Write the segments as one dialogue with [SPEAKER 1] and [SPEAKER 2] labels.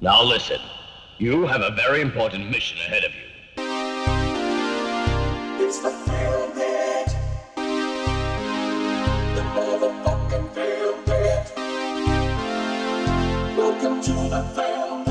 [SPEAKER 1] Now listen, you have a very important mission ahead of you.
[SPEAKER 2] It's the Feel Bit. The motherfucking Feel Bit. Welcome to the Feel Bit.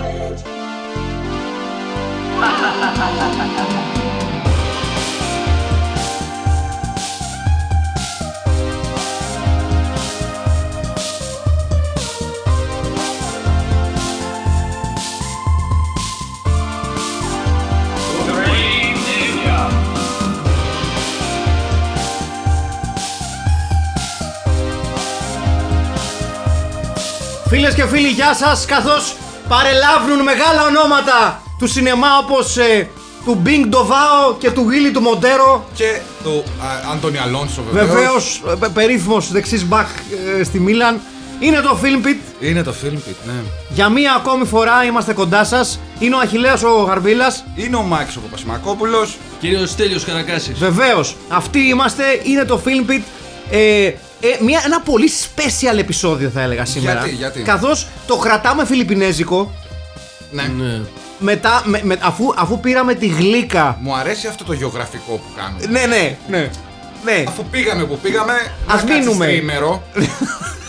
[SPEAKER 3] Φίλες και φίλοι, γεια σας, καθώς παρελάβουν μεγάλα ονόματα του σινεμά όπως ε, του Μπινγκ Ντοβάο και του Γίλι του Μοντέρο
[SPEAKER 4] Και του α, Άντωνι Αλόνσο βεβαίως.
[SPEAKER 3] Βεβαίως, ε, πε- περίφημος δεξής μπακ ε, στη Μίλαν Είναι το Film Pit,
[SPEAKER 4] Είναι το Film Pit, ναι.
[SPEAKER 3] για μία ακόμη φορά είμαστε κοντά σας Είναι ο Αχιλέας ο Γαρβίλας
[SPEAKER 4] Είναι ο Μάκης ο Παπασημακόπουλος.
[SPEAKER 5] Κύριος Στέλιος Καρακάσης.
[SPEAKER 3] Βεβαίως, αυτοί είμαστε, είναι το Film Pit. Ε, ε, μια, ένα πολύ special επεισόδιο θα έλεγα σήμερα.
[SPEAKER 4] Γιατί, γιατί?
[SPEAKER 3] Καθώς το κρατάμε φιλιππινέζικο,
[SPEAKER 4] Ναι.
[SPEAKER 5] Ναι.
[SPEAKER 3] μετά, με, με- αφού, αφού πήραμε τη γλύκα.
[SPEAKER 4] Μου αρέσει αυτό το γεωγραφικό που κάνουμε.
[SPEAKER 3] Ναι, ναι, ναι. ναι.
[SPEAKER 4] Αφού πήγαμε που πήγαμε,
[SPEAKER 3] Ας
[SPEAKER 4] να κάτσεις
[SPEAKER 3] μείνουμε.
[SPEAKER 4] τρίμερο.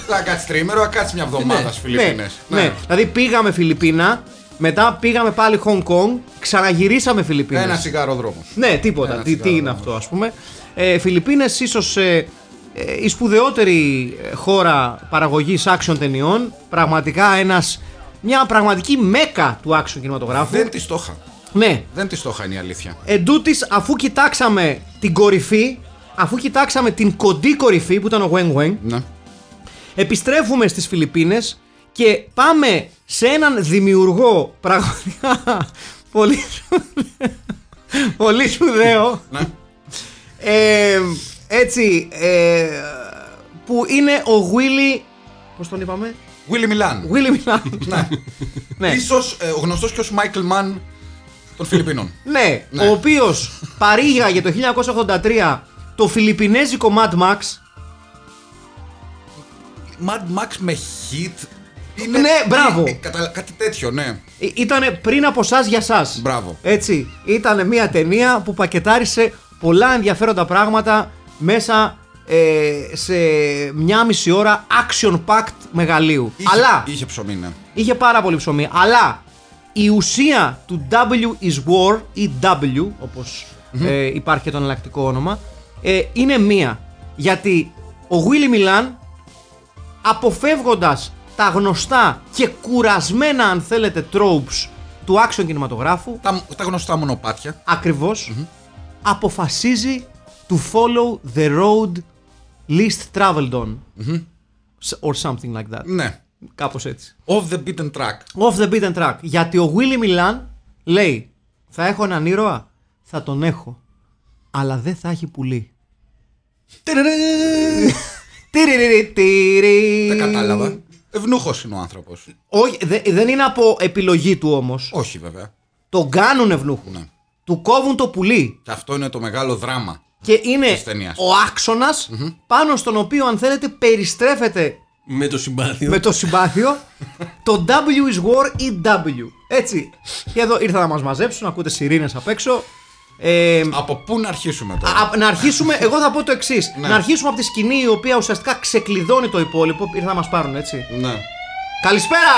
[SPEAKER 4] να κάτσεις τρίμερο, να κάτσεις μια εβδομάδα
[SPEAKER 5] Ναι,
[SPEAKER 4] στις Φιλιππίνες.
[SPEAKER 3] Ναι, ναι. Δηλαδή πήγαμε Φιλιππίνα, μετά πήγαμε πάλι Hong Kong, ξαναγυρίσαμε Φιλιππίνες.
[SPEAKER 4] Ένα σιγάρο δρόμος.
[SPEAKER 3] Ναι, τίποτα.
[SPEAKER 4] Ένα
[SPEAKER 3] τι, τι
[SPEAKER 4] τσιγάρο,
[SPEAKER 3] είναι
[SPEAKER 4] ναι.
[SPEAKER 3] αυτό, ας πούμε. Ε, Φιλιππίνες, ίσως ε, ε, η σπουδαιότερη ε, χώρα παραγωγής action ταινιών. Πραγματικά ένας, μια πραγματική μέκα του action κινηματογράφου.
[SPEAKER 4] Δεν τη στόχα.
[SPEAKER 3] Ναι.
[SPEAKER 4] Δεν τη στόχα είναι η αλήθεια.
[SPEAKER 3] Εν τούτης, αφού κοιτάξαμε την κορυφή, αφού κοιτάξαμε την κοντή κορυφή που ήταν ο Weng Weng,
[SPEAKER 4] Ναι.
[SPEAKER 3] επιστρέφουμε στις Φιλιππίνες και πάμε σε έναν δημιουργό πραγματικά πολύ, σπουδαίο- πολύ σπουδαίο
[SPEAKER 4] Ναι.
[SPEAKER 3] ε, έτσι, ε, που είναι ο Willy, πώς τον είπαμε,
[SPEAKER 4] Willy Milan.
[SPEAKER 3] Willy Milan.
[SPEAKER 4] Ναι.
[SPEAKER 3] ναι,
[SPEAKER 4] Ίσως ε, ο γνωστός και ως Michael Mann των Φιλιππίνων.
[SPEAKER 3] ναι,
[SPEAKER 4] Ναι.
[SPEAKER 3] ο οποίος παρήγαγε το 1983 το φιλιππινέζικο Mad Max.
[SPEAKER 4] Mad Max με hit.
[SPEAKER 3] Ναι, μπράβο.
[SPEAKER 4] Ε, κατα- Κάτι τέτοιο, ναι.
[SPEAKER 3] Ήταν Ε, πριν από εσάς για σας.
[SPEAKER 4] Μπράβο.
[SPEAKER 3] Έτσι, ήταν μια ταινία που πακετάρισε πολλά ενδιαφέροντα πράγματα μέσα ε, σε μια μισή ώρα action packed μεγαλείου.
[SPEAKER 4] Είχε-
[SPEAKER 3] Αλλά
[SPEAKER 4] Είχε ψωμί, ναι.
[SPEAKER 3] Είχε πάρα πολύ ψωμί. Αλλά η ουσία του W is War ή W, όπως ε, υπάρχει και το εναλλακτικό όνομα, ε, είναι μία. Γιατί ο Willy Μιλάν, αποφεύγοντας τα γνωστά και κουρασμένα, αν θέλετε, tropes του action κινηματογράφου,
[SPEAKER 4] Τα, τα γνωστά μονοπάτια.
[SPEAKER 3] ακριβως αποφασίζει to follow the road least traveled on. S- Or something like that.
[SPEAKER 4] Ναι.
[SPEAKER 3] Κάπως έτσι.
[SPEAKER 4] Off the beaten track.
[SPEAKER 3] Off the beaten track. Γιατί ο Willy Milan λέει: Θα έχω έναν ήρωα, θα τον έχω. Αλλά δεν θα έχει πουλί. Τιριριρι, τιρι.
[SPEAKER 4] Δεν κατάλαβα. Ευνούχος είναι ο άνθρωπος.
[SPEAKER 3] Όχι, δε- δεν είναι από επιλογή του όμως.
[SPEAKER 4] Όχι, βέβαια.
[SPEAKER 3] Τον κάνουν ευνούχο.
[SPEAKER 4] Ναι.
[SPEAKER 3] Του κόβουν το πουλί.
[SPEAKER 4] Και αυτό είναι το μεγάλο δράμα.
[SPEAKER 3] Και είναι
[SPEAKER 4] Της ταινίας.
[SPEAKER 3] ο άξονας πάνω στον οποίο, αν θέλετε, περιστρέφεται
[SPEAKER 5] Με το συμπάθειο.
[SPEAKER 3] Ναι. με το συμπάθειο το W is War ή W. Έτσι. Και εδώ ήρθα να μας μαζέψουν, να ακούτε σιρήνες απ' έξω. Ε,
[SPEAKER 4] Από πού να αρχίσουμε τώρα.
[SPEAKER 3] Α, να αρχίσουμε, εγώ θα πω το εξής.
[SPEAKER 4] Ναι.
[SPEAKER 3] Να αρχίσουμε από τη σκηνή η οποία ουσιαστικά ξεκλειδώνει το υπόλοιπο. Ήρθα να μας πάρουν, έτσι.
[SPEAKER 4] Ναι.
[SPEAKER 3] Καλησπέρα!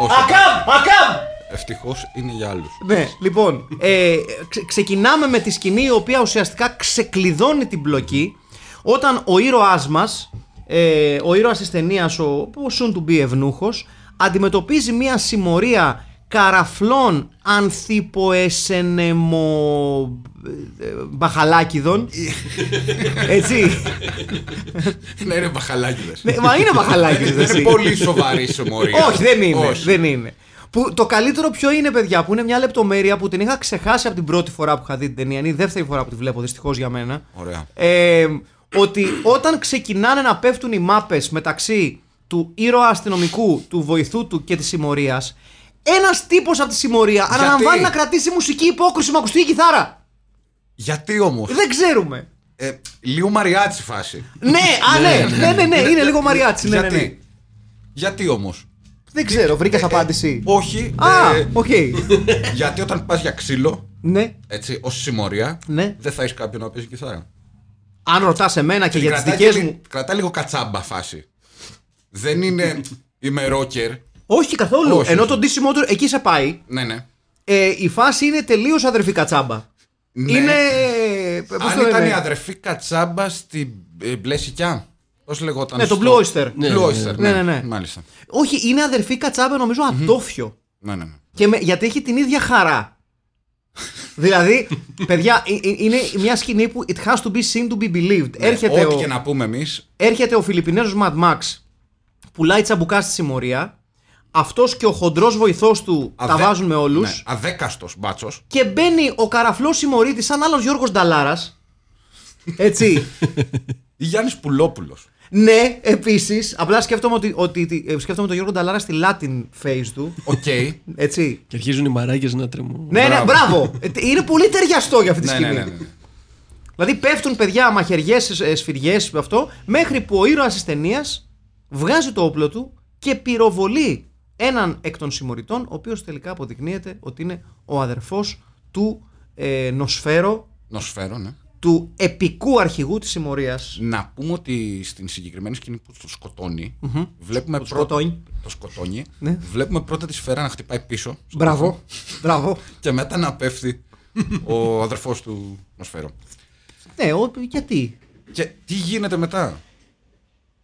[SPEAKER 4] Όχι.
[SPEAKER 3] Ακάμ! Ακάμ!
[SPEAKER 4] Ευτυχώς είναι για άλλους.
[SPEAKER 3] Ναι, λοιπόν, ε, ξε- ξεκινάμε με τη σκηνή η οποία ουσιαστικά ξεκλειδώνει την πλοκή όταν ο ήρωάς μας, ε, ο ήρωας της ταινίας, ο, ο soon to be ευνούχος, αντιμετωπίζει μια συμμορία καραφλών ανθυποεσενεμο... ε, μπαχαλάκιδων, έτσι,
[SPEAKER 4] Ναι, είναι μπαχαλάκιδες.
[SPEAKER 3] Ναι, μα είναι μπαχαλάκιδες
[SPEAKER 4] Είναι
[SPEAKER 3] εσύ.
[SPEAKER 4] πολύ σοβαρή συμμορία.
[SPEAKER 3] Όχι, δεν είναι.
[SPEAKER 4] Όχι.
[SPEAKER 3] Δεν είναι. Που, το καλύτερο ποιο είναι, παιδιά, που είναι μια λεπτομέρεια που την είχα ξεχάσει από την πρώτη φορά που είχα δει την ταινία. Είναι η δεύτερη φορά που τη βλέπω, δυστυχώς για μένα.
[SPEAKER 4] Ωραία.
[SPEAKER 3] Ε, ότι όταν ξεκινάνε να πέφτουν οι μάπες μεταξύ του ήρωα αστυνομικού, του βοηθού του και της συμμορίας, ένας τύπος από τη συμμορία αναλαμβάνει να κρατήσει μουσική υπόκριση με ακουστική κιθάρα.
[SPEAKER 4] Γιατί όμως.
[SPEAKER 3] Δεν ξέρουμε.
[SPEAKER 4] Ε, λίγο μαριάτσι φάση. ναι.
[SPEAKER 3] ναι, α, ναι, ναι, ναι, ναι, είναι λίγο μαριάτσι. Ναι, ναι, ναι.
[SPEAKER 4] Γιατί. Γιατί όμως.
[SPEAKER 3] Δεν ξέρω, βρήκα απάντηση.
[SPEAKER 4] Όχι.
[SPEAKER 3] Α,
[SPEAKER 4] ε,
[SPEAKER 3] οκ.
[SPEAKER 4] Γιατί όταν πας για ξύλο,
[SPEAKER 3] Ναι.
[SPEAKER 4] έτσι, ως συμμορία,
[SPEAKER 3] Ναι.
[SPEAKER 4] δεν θα έχεις κάποιον να παίζει κιθάρα.
[SPEAKER 3] Αν ρωτάς εμένα και για τις
[SPEAKER 4] Κρατάει
[SPEAKER 3] δικές
[SPEAKER 4] και λι-
[SPEAKER 3] μου.
[SPEAKER 4] Κρατάει λίγο κατσάμπα φάση. Δεν είναι. Είμαι ρόκερ.
[SPEAKER 3] Όχι καθόλου.
[SPEAKER 4] Όχι,
[SPEAKER 3] Ενώ
[SPEAKER 4] όχι.
[SPEAKER 3] το ντύσιμό του εκεί σε πάει.
[SPEAKER 4] Ναι, ναι.
[SPEAKER 3] Ε, η φάση είναι τελείως αδερφικά τσάμπα.
[SPEAKER 4] Ναι.
[SPEAKER 3] Είναι. ε, πώς το
[SPEAKER 4] Αν
[SPEAKER 3] λένε,
[SPEAKER 4] ήταν η αδερφή κατσάμπα στην ε, μπλε σικιά. Πώς λεγόταν.
[SPEAKER 3] Ναι, το
[SPEAKER 4] στο-
[SPEAKER 3] Blue Oyster.
[SPEAKER 5] Ναι,
[SPEAKER 4] Blue Oyster, ναι,
[SPEAKER 3] ναι, ναι.
[SPEAKER 4] Μάλιστα.
[SPEAKER 3] Όχι, είναι αδερφή κατσάμπα, νομίζω, ατόφιο.
[SPEAKER 4] Ναι, ναι, ναι.
[SPEAKER 3] Και με, γιατί έχει την ίδια χαρά. δηλαδή, παιδιά, ε, ε, είναι μια σκηνή που it has to be seen to be believed. έρχεται,
[SPEAKER 4] Ναι, Ό,τι
[SPEAKER 3] ο,
[SPEAKER 4] και να πούμε εμείς.
[SPEAKER 3] έρχεται ο Φιλιππινέζος Mad Max, πουλάει τσαμπουκά στη συμμορία, αυτός και ο χοντρός βοηθός του τα βάζουν με όλους
[SPEAKER 4] Ναι, Αδέκαστος μπάτσος.
[SPEAKER 3] και μπαίνει ο καραφλός συμμορίτης σαν άλλος Γιώργος Νταλάρας, έτσι,
[SPEAKER 4] Γιάννης Πουλόπουλος.
[SPEAKER 3] ναι, επίσης, απλά σκέφτομαι, ότι, ότι, ε, σκέφτομαι τον Γιώργο Νταλάρα στη Latin phase του,
[SPEAKER 4] Οκ.
[SPEAKER 3] έτσι,
[SPEAKER 5] Και αρχίζουν οι μαράκε να τρεμούν.
[SPEAKER 3] Ναι, ναι,
[SPEAKER 4] Μπράβο.
[SPEAKER 3] μπράβο. Ε, τε- Είναι πολύ ταιριαστό για αυτή τη
[SPEAKER 4] ναι,
[SPEAKER 3] σκηνή.
[SPEAKER 4] ναι, ναι, ναι.
[SPEAKER 3] Δηλαδή πέφτουν παιδιά μαχαιριές, σφυριές, αυτό, μέχρι που ο ήρωας της ταινίας βγάζει το όπλο του και πυροβολεί έναν εκ των συμμοριτών, ο οποίος τελικά αποδεικνύεται ότι είναι ο αδερφός του ε, νοσφαίρο,
[SPEAKER 4] Νοσφαίρο, ναι.
[SPEAKER 3] του επικού αρχηγού της συμμορίας.
[SPEAKER 4] Να πούμε ότι στην συγκεκριμένη σκηνή που το σκοτωνει βλέπουμε πρώτα.
[SPEAKER 3] σκοτώνει.
[SPEAKER 4] Το σκοτώνει.
[SPEAKER 3] Ναι.
[SPEAKER 4] Βλέπουμε πρώτα τη σφαίρα να χτυπάει πίσω
[SPEAKER 3] Μπράβο. Μπράβο.
[SPEAKER 4] και μετά να πέφτει ο αδερφός του Νοσφαίρο.
[SPEAKER 3] ναι, ο, γιατί.
[SPEAKER 4] Και τι γίνεται μετά.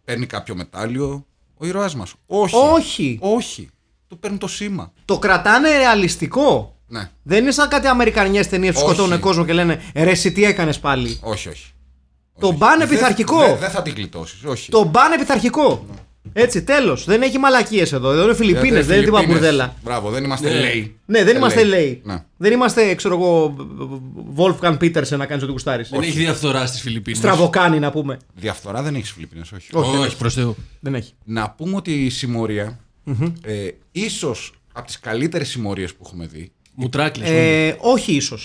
[SPEAKER 4] Παίρνει κάποιο μετάλλιο ο ήρωάς μας. Όχι.
[SPEAKER 3] Όχι.
[SPEAKER 4] Όχι. Του παίρνει το σήμα.
[SPEAKER 3] Το κρατάνε ρεαλιστικό.
[SPEAKER 4] Ναι.
[SPEAKER 3] Δεν είναι σαν κάτι αμερικανιές ταινίες που
[SPEAKER 4] Όχι.
[SPEAKER 3] σκοτώνουν κόσμο και λένε «Ε, ρε εσύ τι έκανες πάλι.
[SPEAKER 4] Όχι, όχι.
[SPEAKER 3] Το
[SPEAKER 4] Όχι.
[SPEAKER 3] μπαν
[SPEAKER 4] Δεν-
[SPEAKER 3] επιθαρχικό.
[SPEAKER 4] Δεν δεν θα την γλιτώσεις. Όχι.
[SPEAKER 3] Το μπαν επιθαρχικό. Έτσι, τέλος. Δεν έχει μαλακίες εδώ. Εδώ είναι
[SPEAKER 4] Γιατί
[SPEAKER 3] Φιλιππίνες, δεν είναι
[SPEAKER 4] Ε, Φιλιππίνες.
[SPEAKER 3] τίποτα μπουρδέλα.
[SPEAKER 4] Μπράβο, δεν είμαστε
[SPEAKER 5] Ναι.
[SPEAKER 4] λέει.
[SPEAKER 3] Ναι, δεν είμαστε
[SPEAKER 4] LA.
[SPEAKER 3] λέει.
[SPEAKER 4] Ναι.
[SPEAKER 3] Δεν είμαστε, ξέρω εγώ, Wolfgang Petersen να κάνεις ό,τι κουστάρει.
[SPEAKER 5] Δεν έχει διαφθορά στις Φιλιππίνες.
[SPEAKER 3] Στραβοκάνη να πούμε.
[SPEAKER 4] Διαφθορά δεν έχεις Φιλιππίνες, όχι.
[SPEAKER 3] ναι.
[SPEAKER 5] Όχι, προς Θεού.
[SPEAKER 3] Δεν έχει.
[SPEAKER 4] Να πούμε ότι η συμμορια ε, ίσως από τις καλύτερες συμμορίες που έχουμε δει
[SPEAKER 5] Μου τράκλε.
[SPEAKER 3] Ε, όχι ίσως.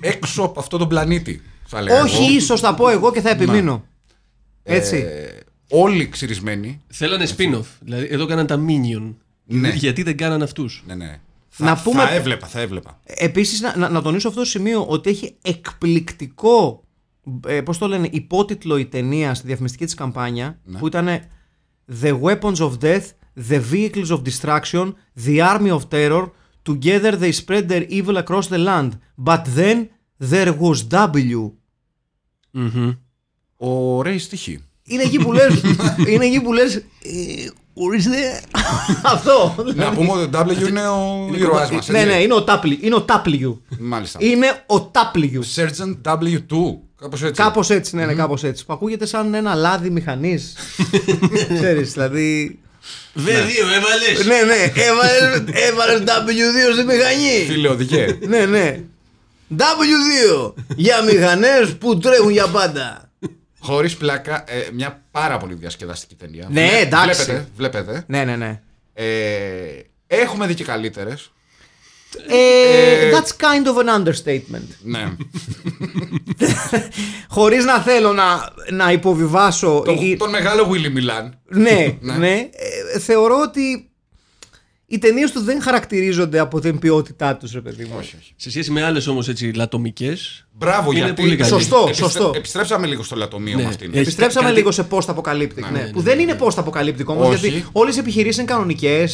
[SPEAKER 4] έξω από αυτόν τον πλανήτη θα λέγαμε.
[SPEAKER 3] όχι ίσως θα πω εγώ και θα επιμείνω. Έτσι.
[SPEAKER 4] Ε, όλοι ξυρισμένοι
[SPEAKER 5] Θέλανε spin-off. Δηλαδή, εδώ κάναν τα Minion.
[SPEAKER 4] Ναι.
[SPEAKER 5] Γιατί δεν κάναν αυτούς.
[SPEAKER 4] ναι, ναι.
[SPEAKER 3] Να
[SPEAKER 4] θα,
[SPEAKER 3] πούμε-
[SPEAKER 4] θα έβλεπα, θα έβλεπα
[SPEAKER 3] Επίσης να, να, να τονίσω αυτό το σημείο ότι έχει εκπληκτικό ε, πώς το λένε, υπότιτλο η ταινία στη διαφημιστική της καμπάνια που ήταν The Weapons of Death, The Vehicles of Distraction, The Army of Terror, Together they spread their evil across the land. But then there was W.
[SPEAKER 4] Ο Ρέι στοιχεί
[SPEAKER 3] Είναι εκεί που λες, είναι εκεί που λες, ε, ορίστε, αυτό.
[SPEAKER 4] Να πούμε ότι ο W είναι ο ήρωάς μας
[SPEAKER 3] ναι,
[SPEAKER 4] έτσι.
[SPEAKER 3] ναι, είναι ο τάπλι, είναι ο τάπλιου.
[SPEAKER 4] Μάλιστα
[SPEAKER 3] Είναι ο τάπλιου.
[SPEAKER 4] Sergeant W2 Κάπως έτσι
[SPEAKER 3] Κάπως έτσι, ναι, ναι, κάπως έτσι. Που ακούγεται σαν ένα λάδι μηχανής. Ξέρεις, δηλαδή.
[SPEAKER 5] Β2 έβαλες.
[SPEAKER 3] ναι, ναι, έβαλες έβαλες W2 στη μηχανή.
[SPEAKER 4] Φίλε οδηγέ
[SPEAKER 3] ναι, ναι. W2 για μηχανές που τρέχουν για πάντα.
[SPEAKER 4] Χωρίς πλάκα ε, Μια πάρα πολύ διασκεδαστική ταινία
[SPEAKER 3] Ναι,
[SPEAKER 4] Βλέ-
[SPEAKER 3] εντάξει.
[SPEAKER 4] Βλέπετε, βλέπετε.
[SPEAKER 3] ναι, ναι, ναι.
[SPEAKER 4] Ε, Έχουμε δει και καλύτερες
[SPEAKER 3] Ε,
[SPEAKER 4] Ε,
[SPEAKER 3] that's kind of an understatement.
[SPEAKER 4] Ναι
[SPEAKER 3] Χωρίς να θέλω να, να υποβιβάσω.
[SPEAKER 4] Τον-
[SPEAKER 3] η-
[SPEAKER 4] Τον μεγάλο Willy Milan
[SPEAKER 3] Ναι,
[SPEAKER 4] Ναι.
[SPEAKER 3] ναι. Ε, θεωρώ ότι οι ταινίες του δεν χαρακτηρίζονται από την ποιότητά τους, ρε παιδί μου.
[SPEAKER 4] Όχι, όχι.
[SPEAKER 5] Σε σχέση με άλλες όμως έτσι λατομικές.
[SPEAKER 4] Μπράβο,
[SPEAKER 5] Είναι
[SPEAKER 4] γιατί.
[SPEAKER 5] πολύ καλή.
[SPEAKER 3] Σωστό,
[SPEAKER 4] Επιστρέ-
[SPEAKER 3] σωστό.
[SPEAKER 4] Επιστρέψαμε λίγο στο λατομείο
[SPEAKER 5] Ναι,
[SPEAKER 4] με αυτήν.
[SPEAKER 5] έχει-
[SPEAKER 3] Επιστρέψαμε
[SPEAKER 5] Κάτι-
[SPEAKER 3] λίγο σε post-apocalyptic. Ναι,
[SPEAKER 4] ναι,
[SPEAKER 3] που δεν είναι post-apocalyptic όμως,
[SPEAKER 4] Όχι.
[SPEAKER 3] γιατί όλες οι επιχειρήσεις είναι κανονικές.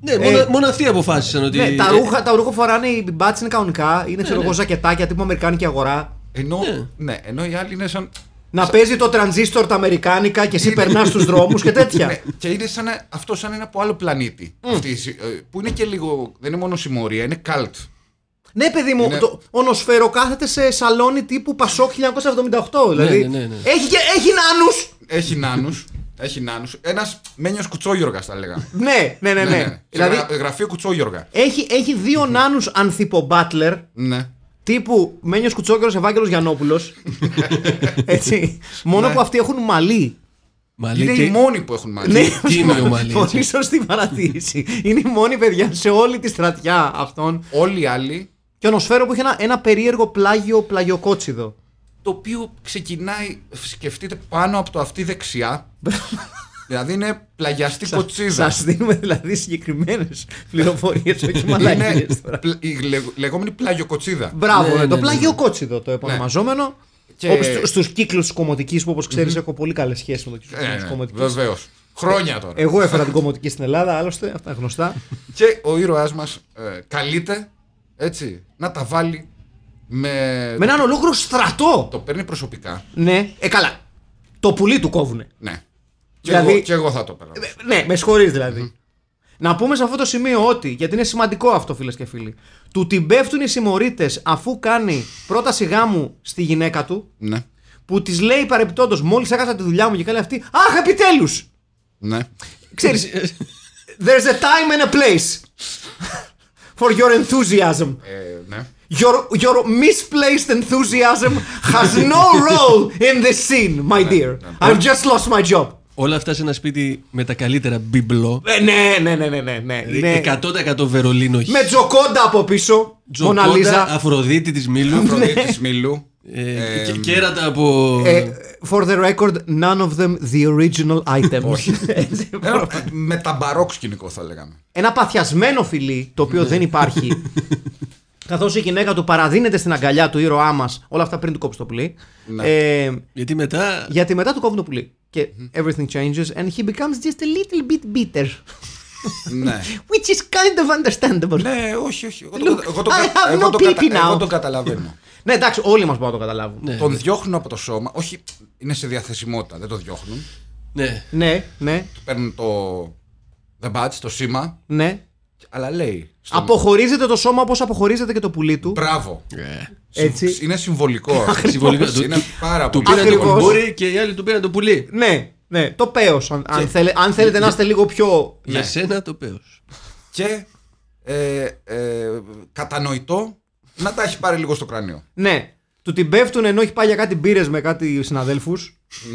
[SPEAKER 5] Ναι, μόνο, μόνο αυτοί αποφάσισαν ότι.
[SPEAKER 3] Ε,
[SPEAKER 5] ε,
[SPEAKER 3] Ναι, τα ρούχα, τα ρούχα που φοράνε οι μπάτσι είναι κανονικά. Είναι ξέρω εγώ ζακετάκια τύπου Αμερικάνικη αγορά.
[SPEAKER 4] Ενώ, ναι, ενώ οι άλλοι είναι σαν.
[SPEAKER 3] Να παίζει το τρανζίστορ τα Αμερικάνικα και εσύ περνάς στους δρόμους και
[SPEAKER 4] Ναι,
[SPEAKER 3] τέτοια.
[SPEAKER 4] και είναι σαν να- αυτό σαν είναι από άλλο πλανήτη. Αυτή η συ- ε, που είναι και λίγο. Δεν είναι μόνο συμμορία, είναι καλτ.
[SPEAKER 3] ναι, παιδί μου,
[SPEAKER 4] Είναι-
[SPEAKER 3] το, ο Νοσφαίρο κάθεται σε σαλόνι τύπου Πασόκ 1978. Δηλαδή
[SPEAKER 5] ναι, ναι, ναι.
[SPEAKER 3] έχει, και- έχει νάνους.
[SPEAKER 4] Έχει νάνους. έχει νάνους. Ένας μένιος κουτσόγιοργας, θα έλεγα.
[SPEAKER 3] Ναι, ναι, ναι. ναι.
[SPEAKER 4] Δηλαδή...
[SPEAKER 3] Δηλαδή
[SPEAKER 4] Γρα, γραφείο κουτσόγιοργα.
[SPEAKER 3] έχει, έχει δύο νάνου ανθιπομπάτλερ.
[SPEAKER 4] Ναι.
[SPEAKER 3] Τύπου Μένιος Κουτσόκερο Ευάγγελο Γιανόπουλο. Έτσι. Μόνο που αυτοί έχουν μαλλί.
[SPEAKER 5] Μαλή,
[SPEAKER 4] Είναι
[SPEAKER 5] τι-
[SPEAKER 4] οι μόνοι που έχουν
[SPEAKER 3] Ναι.
[SPEAKER 4] μαζί.
[SPEAKER 5] Ναι. τι είναι ο μαλλί,
[SPEAKER 3] Πολύ
[SPEAKER 5] έτσι.
[SPEAKER 3] σωστή παρατήρηση. Είναι η μόνη παιδιά σε όλη τη στρατιά αυτών.
[SPEAKER 4] Όλοι οι άλλοι.
[SPEAKER 3] Και ο Νοσφαίρο που έχει ένα, ένα περίεργο πλάγιο πλαγιοκότσιδο.
[SPEAKER 4] Το οποίο ξεκινάει, σκεφτείτε, πάνω από το αυτή δεξιά. Δηλαδή είναι πλαγιαστικό
[SPEAKER 3] Σα
[SPEAKER 4] τσίζα.
[SPEAKER 3] δίνουμε δηλαδή συγκεκριμένες πληροφορίες, όχι μαλακίε
[SPEAKER 4] Είναι
[SPEAKER 3] τώρα.
[SPEAKER 4] πλα- η λεγο- λεγόμενη πλαγιοκοτσίδα.
[SPEAKER 3] Μπράβο,
[SPEAKER 5] Ναι,
[SPEAKER 3] ναι, το
[SPEAKER 5] ναι,
[SPEAKER 3] πλάγιο κότσιδο το επωνομαζόμενο.
[SPEAKER 4] Και-
[SPEAKER 3] Και... Στου κύκλους της κομμωτικής που όπως ξέρεις έχω πολύ καλές σχέσεις με το κύκλο
[SPEAKER 4] Ε,
[SPEAKER 3] της
[SPEAKER 4] ναι,
[SPEAKER 3] κομμωτικής.
[SPEAKER 4] Βεβαίως. Χρόνια τώρα.
[SPEAKER 3] Εγώ έφερα την κομμωτική στην Ελλάδα, άλλωστε, αυτά είναι γνωστά.
[SPEAKER 4] Και ο ήρωάς μας ε, καλείται έτσι, να τα βάλει με...
[SPEAKER 3] Ε, με έναν ολόκληρο στρατό.
[SPEAKER 4] Το παίρνει προσωπικά.
[SPEAKER 3] Ναι, ε, καλά. Το πουλί του κόβουνε.
[SPEAKER 4] Ναι. Και,
[SPEAKER 3] Δηλαδή-
[SPEAKER 4] εγώ, και εγώ θα το παίρνω.
[SPEAKER 3] Ε, Ναι, με συγχωρείς δηλαδή. Να πούμε σε αυτό το σημείο ότι, γιατί είναι σημαντικό αυτό φίλες και φίλοι, του την πέφτουν οι συμμορίτες αφού κάνει πρόταση γάμου στη γυναίκα του,
[SPEAKER 4] Ναι.
[SPEAKER 3] που της λέει παρεπιπτόντως, μόλις έκανα τη δουλειά μου και κάνει αυτή, Αχ, επιτέλους!
[SPEAKER 4] Ναι.
[SPEAKER 3] Ξέρεις, there's a time and a place for your enthusiasm.
[SPEAKER 4] Ε, ναι.
[SPEAKER 3] Your, your misplaced enthusiasm has no role in this scene, my dear. I've just lost my job.
[SPEAKER 5] Όλα αυτά σε ένα σπίτι με τα καλύτερα μπιμπλό.
[SPEAKER 3] Ε, ναι, ναι, ναι, ναι, ναι, ναι. Είναι
[SPEAKER 5] 100% Βερολίνο. χ.
[SPEAKER 3] Με τζοκόντα από πίσω.
[SPEAKER 5] Τζοκόντα,
[SPEAKER 3] Μοναλίζα.
[SPEAKER 5] Αφροδίτη της
[SPEAKER 3] Ναι.
[SPEAKER 5] Μήλου.
[SPEAKER 4] Προδίτης Μήλου.
[SPEAKER 5] ε,
[SPEAKER 4] Ε,
[SPEAKER 5] και- Κέρατα από.
[SPEAKER 3] ε, ναι. For the record, none of them the original items. Έτσι,
[SPEAKER 4] Ένα- Ε, με τα μπαρόκ σκηνικό θα λέγαμε.
[SPEAKER 3] Ένα παθιασμένο φιλί, το οποίο δεν υπάρχει. Καθώς η γυναίκα του παραδίνεται στην αγκαλιά του ήρωά μας, όλα αυτά πριν του κόψει το πουλί. Ε,
[SPEAKER 5] γιατί μετά.
[SPEAKER 3] γιατί μετά του κόβουν το πουλί. Και everything changes and he becomes just a little bit bitter.
[SPEAKER 4] ναι.
[SPEAKER 3] Which is kind of understandable.
[SPEAKER 4] Ναι, όχι, όχι. Εγώ
[SPEAKER 3] Look,
[SPEAKER 4] το, εγώ το,
[SPEAKER 3] I
[SPEAKER 4] κατα-
[SPEAKER 3] have
[SPEAKER 4] εγώ
[SPEAKER 3] no
[SPEAKER 4] το,
[SPEAKER 3] pee-pee
[SPEAKER 4] κατα-
[SPEAKER 3] now.
[SPEAKER 4] εγώ το καταλαβαίνω.
[SPEAKER 3] ναι, εντάξει, όλοι μας μπορούμε να το καταλάβουμε.
[SPEAKER 5] Ναι,
[SPEAKER 4] τον διώχνουν από το σώμα. Όχι, είναι σε διαθεσιμότητα. Δεν το διώχνουν.
[SPEAKER 5] ναι.
[SPEAKER 3] Ναι, ναι,
[SPEAKER 4] Του παίρνουν το. The badge, το σήμα.
[SPEAKER 3] ναι.
[SPEAKER 4] Αλλά λέει. στον-
[SPEAKER 3] Αποχωρίζεται το σώμα όπως αποχωρίζεται και το πουλί του.
[SPEAKER 4] Μπράβο.
[SPEAKER 3] Ναι. Έτσι.
[SPEAKER 4] Είναι συμβολικό. αυτό.
[SPEAKER 5] Συμβολικά. Του-
[SPEAKER 4] Είναι πάρα
[SPEAKER 5] Του
[SPEAKER 4] πολύ.
[SPEAKER 5] πήραν το
[SPEAKER 3] Ακριβώς.
[SPEAKER 5] κολμπόρι και οι άλλοι του πήραν το πουλί.
[SPEAKER 3] Ναι, ναι, το παίο. Αν, αν, θέλε- αν θέλετε να είστε λίγο πιο. Ναι.
[SPEAKER 5] Για σένα το πέος.
[SPEAKER 4] και ε, ε, κατανοητό να τα έχει πάρει λίγο στο κρανίο.
[SPEAKER 3] Ναι, του την πέφτουν ενώ έχει πάει για κάτι μπύρες με κάτι συναδέλφους.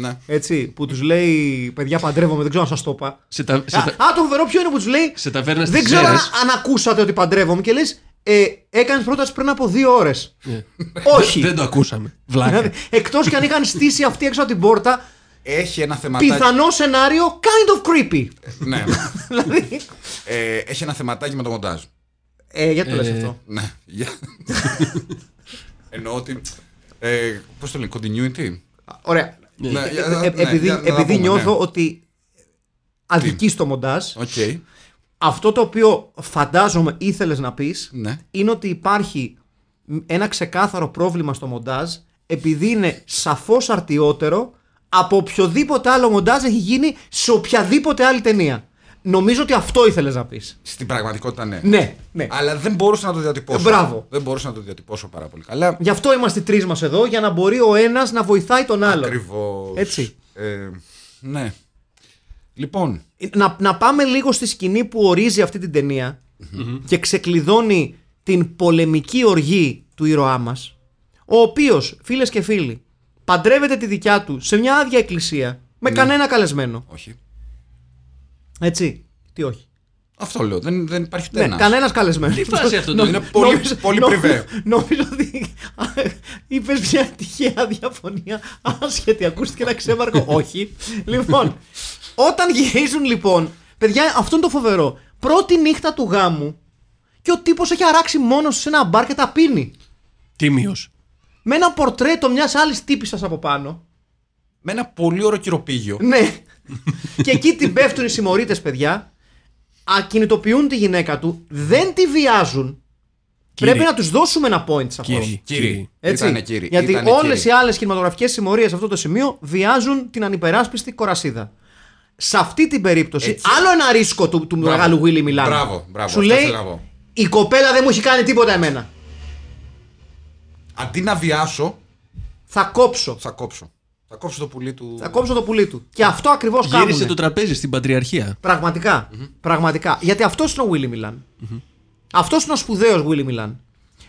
[SPEAKER 4] Ναι.
[SPEAKER 3] Έτσι, που τους λέει παιδιά παντρεύομαι, δεν ξέρω αν σας το είπα.
[SPEAKER 5] Σε τα, σε
[SPEAKER 3] Α,
[SPEAKER 5] τα,
[SPEAKER 3] α, το φοβερό ποιο είναι που τους λέει.
[SPEAKER 5] σε ταβέρνα
[SPEAKER 3] Δεν
[SPEAKER 5] στις
[SPEAKER 3] ξέρω αν,
[SPEAKER 5] Ζέρες.
[SPEAKER 3] αν ακούσατε ότι παντρεύομαι και λες. Ε, Έκανες πρόταση πριν από δύο ώρες. Όχι.
[SPEAKER 5] Ναι.
[SPEAKER 3] Δηλαδή-
[SPEAKER 5] Δεν το ακούσαμε. Βλάκα.
[SPEAKER 3] Εκτός κι αν είχαν στήσει αυτή έξω από την πόρτα,
[SPEAKER 4] Έχει ένα θεματάκι.
[SPEAKER 3] πιθανό σενάριο kind of creepy.
[SPEAKER 4] Ναι.
[SPEAKER 3] δηλαδή.
[SPEAKER 4] Ε, έχει ένα θεματάκι με το μοντάζ.
[SPEAKER 3] Ε, γιατί το λες
[SPEAKER 5] Ε,
[SPEAKER 3] αυτό.
[SPEAKER 4] Ναι. Για- Εννοώ ότι. Ε, Πώς το λένε, continuity.
[SPEAKER 3] Ωραία.
[SPEAKER 4] Ναι, για-
[SPEAKER 3] Ε,
[SPEAKER 4] ναι,
[SPEAKER 3] επειδή
[SPEAKER 4] για να τα
[SPEAKER 3] επειδή
[SPEAKER 4] πούμε,
[SPEAKER 3] νιώθω
[SPEAKER 4] ναι.
[SPEAKER 3] ότι αδικεί το μοντάζ,
[SPEAKER 4] Οκ.
[SPEAKER 3] αυτό το οποίο φαντάζομαι ήθελες να πεις
[SPEAKER 4] Ναι.
[SPEAKER 3] είναι ότι υπάρχει ένα ξεκάθαρο πρόβλημα στο μοντάζ επειδή είναι σαφώς αρτιότερο από οποιοδήποτε άλλο μοντάζ έχει γίνει σε οποιαδήποτε άλλη ταινία. Νομίζω ότι αυτό ήθελες να πεις.
[SPEAKER 4] Στην πραγματικότητα ναι.
[SPEAKER 3] Ναι, ναι.
[SPEAKER 4] Αλλά δεν μπορούσα να το διατυπώσω.
[SPEAKER 3] Ε, μπράβο.
[SPEAKER 4] Δεν μπορούσα να το διατυπώσω πάρα πολύ καλά.
[SPEAKER 3] Γι' αυτό είμαστε οι τρεις μας εδώ, για να μπορεί ο ένας να βοηθάει τον άλλο.
[SPEAKER 4] Ακριβώς.
[SPEAKER 3] Έτσι.
[SPEAKER 4] Ε, ναι. Λοιπόν.
[SPEAKER 3] Ε, Να, να πάμε λίγο στη σκηνή που ορίζει αυτή την ταινια και ξεκλειδώνει την πολεμική οργή του ήρωά μας ο οποίος φίλες και φίλοι παντρεύεται τη δικιά του σε μια άδεια εκκλησία με κανένα καλεσμένο
[SPEAKER 4] Όχι.
[SPEAKER 3] έτσι τι όχι
[SPEAKER 4] Αυτό λέω. Δεν, δεν υπάρχει ούτε
[SPEAKER 3] ναι,
[SPEAKER 4] ένας.
[SPEAKER 3] κανένας καλεσμένος
[SPEAKER 5] Τι φάση αυτό το
[SPEAKER 3] Νο-
[SPEAKER 5] είναι.
[SPEAKER 4] Είναι πολύ,
[SPEAKER 3] νομίζω-
[SPEAKER 4] πολύ
[SPEAKER 3] νο-
[SPEAKER 4] πριβέ.
[SPEAKER 3] Νομίζω ότι είπες μια τυχαία διαφωνία. Άσχετη, ακούστηκε ένα ξέμαρκο. Όχι. Λοιπόν, όταν γυρίζουν λοιπόν. Παιδιά, αυτό είναι το φοβερό. Πρώτη νύχτα του γάμου και ο τύπος έχει αράξει μόνος σε ένα μπαρ και τα πίνει.
[SPEAKER 5] Τίμιος.
[SPEAKER 3] Με ένα πορτρέτο μιας άλλης τύπησα από πάνω.
[SPEAKER 4] Με ένα πολύ ωραίο κυροπήγιο.
[SPEAKER 3] Ναι. και εκεί την πέφτουν οι συμμορίτες, παιδιά. Ακινητοποιούν τη γυναίκα του. Δεν τη βιάζουν.
[SPEAKER 5] Κύριε.
[SPEAKER 3] Πρέπει να τους δώσουμε ένα point σε αυτό.
[SPEAKER 5] Κύριοι.
[SPEAKER 4] Κύριοι.
[SPEAKER 3] Έτσι.
[SPEAKER 4] Ήτανε κύριοι.
[SPEAKER 3] Γιατί
[SPEAKER 4] Ήτανε
[SPEAKER 3] όλες
[SPEAKER 4] κύριοι.
[SPEAKER 3] οι άλλες κινηματογραφικές συμμορίες σε αυτό το σημείο βιάζουν την ανυπεράσπιστη κορασίδα. Σε αυτή την περίπτωση,
[SPEAKER 4] Έτσι.
[SPEAKER 3] άλλο ένα ρίσκο του, του
[SPEAKER 4] Μπράβο.
[SPEAKER 3] μεγάλου Willy Μιλάνου.
[SPEAKER 4] Μπράβο, μπράβο,
[SPEAKER 3] Σου
[SPEAKER 4] αυτό
[SPEAKER 3] λέει,
[SPEAKER 4] ήθελα να πω.
[SPEAKER 3] η κοπέλα δεν μου έχει κάνει τίποτα εμένα.
[SPEAKER 4] Αντί να βιάσω,
[SPEAKER 3] Θα κόψω.
[SPEAKER 4] θα κόψω. Θα κόψω το πουλί του.
[SPEAKER 3] Θα κόψω το πουλί του. Και αυτό ακριβώς
[SPEAKER 5] Γύρισε
[SPEAKER 3] κάνουν.
[SPEAKER 5] το τραπέζι στην Πατριαρχία.
[SPEAKER 3] Πραγματικά. Πραγματικά. Γιατί αυτός είναι ο Willy Μιλάν. Αυτός είναι ο σπουδαίος Willy Μιλάν.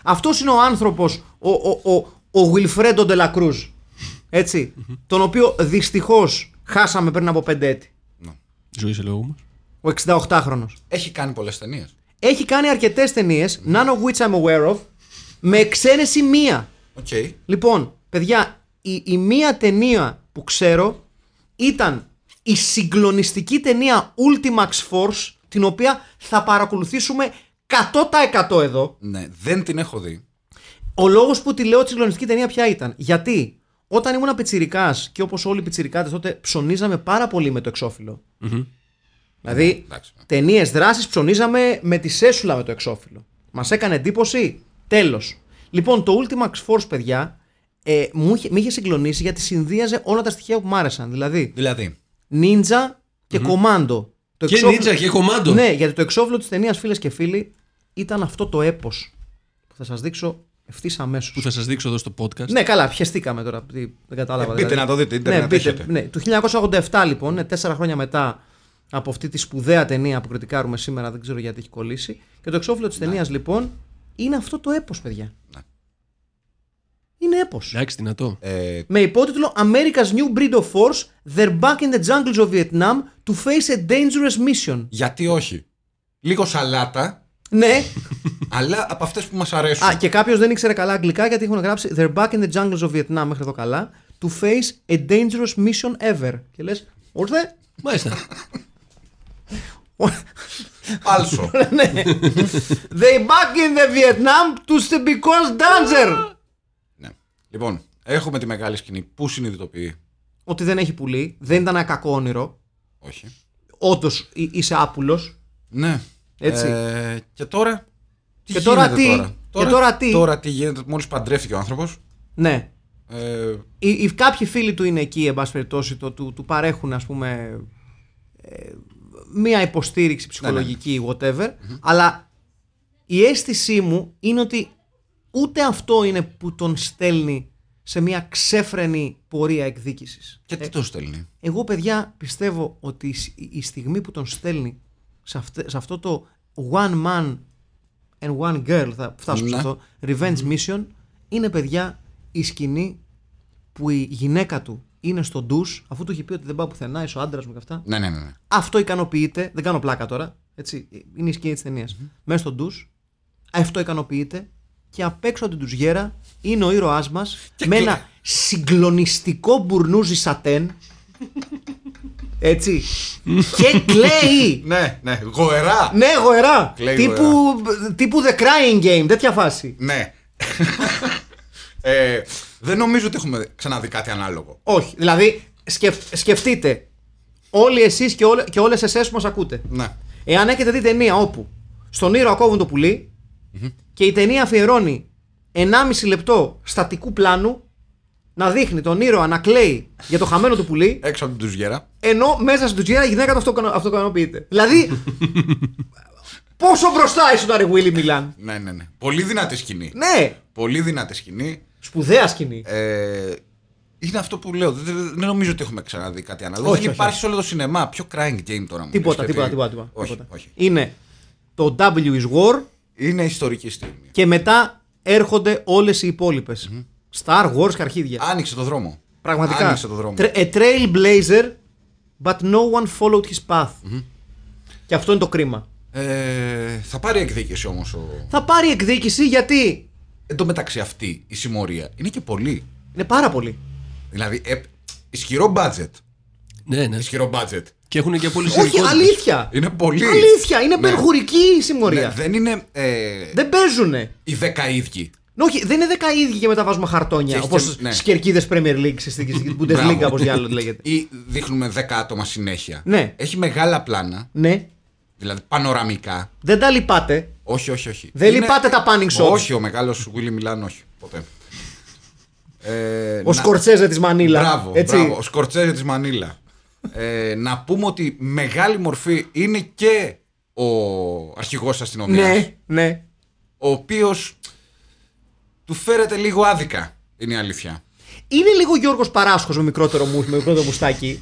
[SPEAKER 3] Αυτό είναι ο άνθρωπος, ο, ο, ο, ο Wilfredo de la Cruz. ετσι Τον οποίο δυστυχώς χάσαμε πριν από πέντε έτη.
[SPEAKER 5] Ζωή σε λόγο
[SPEAKER 3] Ο
[SPEAKER 5] μας.
[SPEAKER 3] 68χρονο.
[SPEAKER 4] Έχει κάνει πολλές ταινίες.
[SPEAKER 3] Έχει κάνει αρκετές ταινίες, none of which I'm aware of, με εξαίρεση μία.
[SPEAKER 4] Οκ.
[SPEAKER 3] Λοιπόν, παιδιά, η, η μία ταινία που ξέρω ήταν η συγκλονιστική ταινία Ultimax Force, την οποία θα παρακολουθήσουμε 100% εδώ.
[SPEAKER 4] Ναι, δεν την έχω δει.
[SPEAKER 3] Ο λόγος που τη λέω τη συγκλονιστική ταινία ποια ήταν. Γιατί όταν ήμουν πιτσυρικά και όπως όλοι οι πιτσυρικάτε τότε ψωνίζαμε πάρα πολύ με το εξώφυλλο. Δηλαδή
[SPEAKER 4] εντάξει.
[SPEAKER 3] ταινίες δράσης ψωνίζαμε με τη σέσουλα με το εξώφυλλο. Μας έκανε εντύπωση. Τέλος. Λοιπόν, το Ultimax Force, παιδιά, ε, μου είχε, με είχε συγκλονίσει γιατί συνδύαζε όλα τα στοιχεία που μου άρεσαν. Δηλαδή,
[SPEAKER 4] Δηλαδή.
[SPEAKER 3] νίντζα και κομμάντο. Το
[SPEAKER 5] Και νίντζα και κομμάντο.
[SPEAKER 3] Ναι, γιατί το εξώφυλλο της ταινίας, φίλες και φίλοι, ήταν αυτό το έπος που θα σας δείξω ευθύς αμέσως.
[SPEAKER 5] Που θα σας δείξω εδώ στο podcast.
[SPEAKER 3] Ναι, καλά, πιεστήκαμε τώρα. τι- Δεν κατάλαβα.
[SPEAKER 4] Ε, μπείτε να το δείτε, ίντερνετ
[SPEAKER 3] Ναι, μπείτε,
[SPEAKER 4] έχετε.
[SPEAKER 3] ναι. του 1987 λοιπόν, ναι, τέσσερα χρόνια μετά από αυτή τη σπουδαία ταινία που κριτικάρουμε σήμερα, δεν ξέρω γιατί έχει κολλήσει. Και το εξώφυλλο τη ταινίας λοιπόν είναι αυτό το έπος, παιδιά.
[SPEAKER 4] Ναι.
[SPEAKER 3] Είναι έπος.
[SPEAKER 5] Εντάξει, δυνατό.
[SPEAKER 4] Ε,
[SPEAKER 3] Με υπότιτλο America's New Breed of Force, They're back in the jungles of Vietnam to face a dangerous mission.
[SPEAKER 4] γιατί όχι. Λίγο σαλάτα,
[SPEAKER 3] Ναι,
[SPEAKER 4] αλλά από αυτές που μας αρέσουν.
[SPEAKER 3] Α, και κάποιος δεν ήξερε καλά αγγλικά γιατί έχουν γράψει They're back in the jungles of Vietnam μέχρι εδώ καλά. To face a dangerous mission ever. Και λες, όρθε.
[SPEAKER 5] Μάλιστα.
[SPEAKER 4] Άλσο.
[SPEAKER 3] They Ναι. back in the Vietnam to s- because danger.
[SPEAKER 4] ναι. Λοιπόν, έχουμε τη μεγάλη σκηνή που συνειδητοποιεί.
[SPEAKER 3] Ότι δεν έχει πουλί, δεν ήταν ένα κακό όνειρο.
[SPEAKER 4] Όχι.
[SPEAKER 3] Όντως είσαι άπουλος.
[SPEAKER 4] Ναι.
[SPEAKER 3] Έτσι.
[SPEAKER 4] Ε, και τώρα. Τι
[SPEAKER 3] Και τώρα
[SPEAKER 4] γίνεται
[SPEAKER 3] τι?
[SPEAKER 4] Τώρα?
[SPEAKER 3] Και τώρα τι?
[SPEAKER 4] Τώρα τι γίνεται. Μόλις παντρεύτηκε ο άνθρωπος.
[SPEAKER 3] Ναι.
[SPEAKER 4] Ε,
[SPEAKER 3] Οι, οι- κάποιοι φίλοι του είναι εκεί, εν πάση περιπτώσει, το, του, του παρέχουν, ας πούμε, ε, μία υποστήριξη ψυχολογική, whatever. Αλλά η αίσθησή μου είναι ότι ούτε αυτό είναι που τον στέλνει σε μία ξέφρενη πορεία εκδίκησης.
[SPEAKER 4] και τι το στέλνει.
[SPEAKER 3] Εγώ, παιδιά, πιστεύω ότι η σ- η, η στιγμή που τον στέλνει σε, αυτε- σε αυτό το one man and one girl, θα φτάσουμε σε
[SPEAKER 4] Ναι.
[SPEAKER 3] αυτό, revenge mission, είναι, παιδιά, η σκηνή που η γυναίκα του είναι στο ντους, αφού του έχει πει ότι δεν πάω πουθενά, είσαι ο άντρας μου και αυτά.
[SPEAKER 4] Ναι, ναι, ναι. ναι.
[SPEAKER 3] Αυτό ικανοποιείται, δεν κάνω πλάκα τώρα, έτσι, είναι η σκηνή της ταινιας Μέσα στο ντους, αυτό ικανοποιείται και απ' έξω από την ντουζιέρα είναι ο ήρωάς μας με
[SPEAKER 4] κλα-
[SPEAKER 3] ένα συγκλονιστικό μπουρνούζι σατέν. Έτσι. και κλαίει.
[SPEAKER 4] Ναι, ναι. Γοερά.
[SPEAKER 3] ναι, γοερά.
[SPEAKER 4] Κλαίει
[SPEAKER 3] τύπου, τύπου The Crying Game, τέτοια φάση.
[SPEAKER 4] Ναι. ε, δεν νομίζω ότι έχουμε ξαναδεί κάτι ανάλογο.
[SPEAKER 3] Όχι. Δηλαδή, σκεφ- σκεφτείτε. Όλοι εσείς και, όλε, και όλες εσές που μας ακούτε.
[SPEAKER 4] Ναι.
[SPEAKER 3] Εάν έχετε δει ταινία όπου στον ήρωα κόβουν το πουλι και η ταινία αφιερώνει 1,5 λεπτό στατικού πλάνου να δείχνει τον ήρωα να κλαίει για το χαμένο του πουλί,
[SPEAKER 4] Έξω από την τουζιέρα.
[SPEAKER 3] ενώ μέσα στην τουτσιέρα η γυναίκα του αυτό, αυτοκανοποιείται. Δηλαδή, πόσο μπροστά ήσουν ρε Willy Μιλάν.
[SPEAKER 4] Ναι, ναι, ναι. Πολύ δυνατή σκηνή.
[SPEAKER 3] Ναι,
[SPEAKER 4] Πολύ δυνατή σκηνή.
[SPEAKER 3] σπουδαία σκηνή.
[SPEAKER 4] Ε, είναι αυτό που λέω. Δεν, δεν- δεν νομίζω ότι έχουμε ξαναδεί κάτι ανάλογο.
[SPEAKER 3] Όχι,
[SPEAKER 4] δεν
[SPEAKER 3] όχι,
[SPEAKER 4] υπάρχει σε όλο το σινεμά. Ποιο crying game τώρα μου.
[SPEAKER 3] τίποτα, τίποτα,
[SPEAKER 4] λες, γιατί-
[SPEAKER 3] τίποτα, τίποτα,
[SPEAKER 4] Όχι,
[SPEAKER 3] τίποτα.
[SPEAKER 4] όχι.
[SPEAKER 3] Είναι το W is War
[SPEAKER 4] Είναι ιστορική στιγμή.
[SPEAKER 3] και μετά έρχονται όλες οι υπόλοιπες. Star Wars και αρχίδια.
[SPEAKER 4] Άνοιξε το δρόμο.
[SPEAKER 3] Πραγματικά.
[SPEAKER 4] Άνοιξε το δρόμο.
[SPEAKER 3] Tre- a trailblazer, but no one followed his path. Και αυτό είναι το κρίμα.
[SPEAKER 4] Ε, θα πάρει εκδίκηση όμως. Ο...
[SPEAKER 3] Θα πάρει εκδίκηση γιατί
[SPEAKER 4] Εν τω μεταξύ αυτή η συμμορία είναι και πολύ.
[SPEAKER 3] είναι πάρα πολύ.
[SPEAKER 4] Δηλαδή ε, ισχυρό budget.
[SPEAKER 5] Ναι, ναι.
[SPEAKER 4] Ισχυρό budget.
[SPEAKER 5] Και έχουν και πολύ
[SPEAKER 3] Όχι, αλήθεια.
[SPEAKER 4] Είναι πολύ.
[SPEAKER 3] Αλήθεια, είναι
[SPEAKER 4] Ναι.
[SPEAKER 3] υπερχουρική η
[SPEAKER 4] Ναι,
[SPEAKER 3] συμμορία.
[SPEAKER 4] δεν είναι ε,
[SPEAKER 3] Δεν παίζουνε.
[SPEAKER 4] οι δέκα ίδιοι.
[SPEAKER 3] Ναι, Όχι, δεν είναι δέκα ίδιοι και μετά βάζουμε
[SPEAKER 4] Και
[SPEAKER 3] χαρτόνια.
[SPEAKER 4] έχει
[SPEAKER 3] Όπω
[SPEAKER 4] και- ναι.
[SPEAKER 3] στι κερκίδε Premier League, στην Bundesliga,
[SPEAKER 4] Μπράβο.
[SPEAKER 3] όπως διάλογο λέγεται.
[SPEAKER 4] Ή δείχνουμε δέκα άτομα συνέχεια.
[SPEAKER 3] Ναι.
[SPEAKER 4] Έχει μεγάλα πλάνα.
[SPEAKER 3] ναι,
[SPEAKER 4] Δηλαδή πανοραμικά.
[SPEAKER 3] δεν τα λυπάτε.
[SPEAKER 4] Όχι, όχι, όχι.
[SPEAKER 3] Δεν λυπάται τα panning shots.
[SPEAKER 4] Όχι, ο μεγάλος Willy Μιλάν, όχι. Ποτέ. Ε,
[SPEAKER 3] Ο Σκορτσέζε τη Μανίλα.
[SPEAKER 4] Μπράβο,
[SPEAKER 3] έτσι.
[SPEAKER 4] μπράβο. Ο Σκορτσέζε τη Μανίλα. Ε, να πούμε ότι μεγάλη μορφή είναι και ο αρχηγός αστυνομίας.
[SPEAKER 3] Ναι, ναι.
[SPEAKER 4] Ο οποίος του φέρεται λίγο άδικα. Είναι η αλήθεια.
[SPEAKER 3] Είναι λίγο Γιώργος Παράσχος με μικρότερο, μου, με μικρότερο μουστάκι.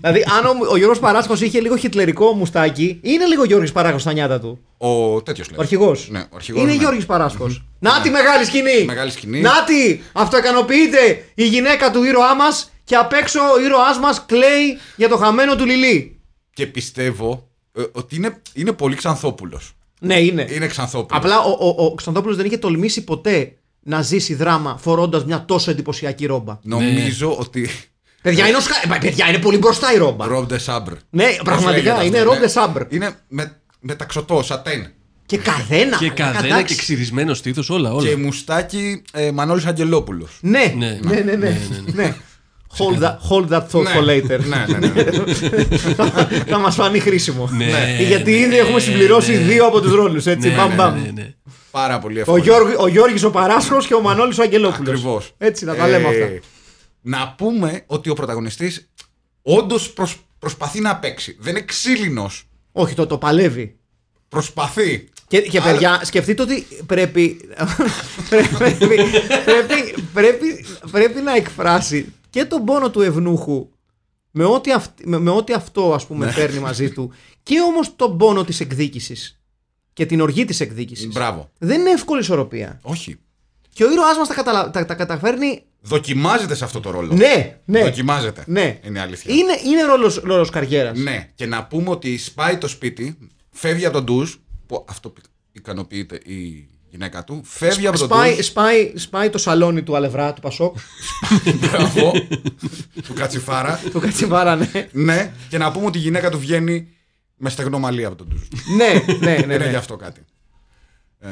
[SPEAKER 3] δηλαδή, αν ο, ο Γιώργος Παράσχος είχε λίγο χιτλερικό μουστάκι, είναι λίγο Γιώργο Παράσχο στα νιάτα του. Ο,
[SPEAKER 4] Ο τέτοιος λέει.
[SPEAKER 3] αρχηγός.
[SPEAKER 4] Ναι, ο αρχηγός,
[SPEAKER 3] είναι
[SPEAKER 4] ναι.
[SPEAKER 3] Γιώργο Παράσχο. Να τη μεγάλη σκηνή!
[SPEAKER 4] Μεγάλη σκηνή.
[SPEAKER 3] Να τη! Αυτοικανοποιείται η γυναίκα του ήρωά μας και απ' έξω ο ήρωάς μας κλαίει για το χαμένο του Λιλί.
[SPEAKER 4] Και πιστεύω ε, ότι είναι, είναι πολύ Ξανθόπουλος.
[SPEAKER 3] Ναι, είναι.
[SPEAKER 4] Είναι Ξανθόπουλος.
[SPEAKER 3] Απλά ο, ο, ο Κωνσταντόπουλο δεν είχε τολμήσει
[SPEAKER 4] Ναι.
[SPEAKER 3] ποτέ να ζήσει δράμα φορώντας μια τόσο εντυπωσιακή ρόμπα.
[SPEAKER 4] Νομίζω ότι
[SPEAKER 3] Ναι. Παιδιά, είναι ο Σκα- ε, παιδιά, είναι πολύ μπροστά η ρόμπα.
[SPEAKER 4] Rob de Sabre.
[SPEAKER 3] Ναι,
[SPEAKER 4] Πώς
[SPEAKER 3] πραγματικά,
[SPEAKER 4] λέγεται
[SPEAKER 3] είναι
[SPEAKER 4] αυτό,
[SPEAKER 3] Rob
[SPEAKER 4] ναι.
[SPEAKER 3] de Sabre.
[SPEAKER 4] Είναι με, μεταξωτό, σατέν.
[SPEAKER 3] Και καδένα.
[SPEAKER 5] Και
[SPEAKER 3] ρε,
[SPEAKER 5] καδένα
[SPEAKER 3] εντάξει.
[SPEAKER 5] και ξυρισμένο στήθος, όλα. όλα.
[SPEAKER 4] Και μουστάκι ε, Μανώλης Αγγελόπουλος.
[SPEAKER 3] Ναι, ναι,
[SPEAKER 5] Ναι.
[SPEAKER 3] ναι. ναι, ναι. Hold that, hold that thought for later.
[SPEAKER 4] Ναι, ναι, ναι.
[SPEAKER 3] θα μας φανεί χρήσιμο.
[SPEAKER 5] Ναι, ναι,
[SPEAKER 3] Γιατί
[SPEAKER 5] ναι,
[SPEAKER 3] ήδη έχουμε
[SPEAKER 5] ναι,
[SPEAKER 3] συμπληρώσει
[SPEAKER 5] ναι.
[SPEAKER 3] δύο από τους ρόλους. Έτσι,
[SPEAKER 5] Ναι,
[SPEAKER 3] μπαμ,
[SPEAKER 5] ναι,
[SPEAKER 3] μπαμ.
[SPEAKER 5] ναι, ναι.
[SPEAKER 4] Πάρα πολύ
[SPEAKER 3] Ο,
[SPEAKER 4] εύκολο.
[SPEAKER 3] Γιώργη, ο Γιώργης ο Παράσχος και ο Μανώλης ο Αγγελόπουλος.
[SPEAKER 4] Ακριβώς.
[SPEAKER 3] Έτσι να τα
[SPEAKER 4] Ε,
[SPEAKER 3] λέμε αυτά.
[SPEAKER 4] Να πούμε ότι ο πρωταγωνιστής όντως προσ- προσπαθεί να παίξει. Δεν είναι ξύλινος.
[SPEAKER 3] Όχι, το, το παλεύει.
[SPEAKER 4] Προσπαθεί.
[SPEAKER 3] Και, και
[SPEAKER 4] Αλλά-
[SPEAKER 3] παιδιά, σκεφτείτε ότι πρέπει, πρέπει, πρέπει, πρέπει, πρέπει να εκφράσει και τον πόνο του ευνούχου με ό,τι, αυ- με, με ό,τι αυτό ας
[SPEAKER 4] Ναι.
[SPEAKER 3] πούμε φέρνει μαζί του και όμως τον πόνο της εκδίκησης και την οργή της εκδίκησης.
[SPEAKER 4] Μπράβο.
[SPEAKER 3] Δεν είναι εύκολη ισορροπία.
[SPEAKER 4] Όχι.
[SPEAKER 3] Και ο ήρωάς μας τα, καταλα- τα, τα καταφέρνει
[SPEAKER 4] Δοκιμάζεται σε αυτό το ρόλο.
[SPEAKER 3] ναι, ναι.
[SPEAKER 4] Δοκιμάζεται.
[SPEAKER 3] Ναι.
[SPEAKER 4] Είναι η αλήθεια.
[SPEAKER 3] Είναι, είναι ρόλος, ρόλος καριέρας.
[SPEAKER 4] Ναι. Και να πούμε ότι σπάει το σπίτι, φεύγει από τον ντουζ, που αυτό ικανοποιείται η γυναίκα του, φεύγει από τον
[SPEAKER 3] Σπάει,
[SPEAKER 4] ντουζ,
[SPEAKER 3] σπάει, σπάει το σαλόνι του Αλευρά, του Πασόκ,
[SPEAKER 4] μπράβο, του κατσιφάρα.
[SPEAKER 3] του Κατσιβάρα, ναι.
[SPEAKER 4] Ναι, και να πούμε ότι η γυναίκα του βγαίνει με στεγνομαλία από τον ντουζ.
[SPEAKER 3] ναι, ναι, ναι.
[SPEAKER 4] Είναι γι'
[SPEAKER 3] ναι.
[SPEAKER 4] αυτό κάτι. Ε,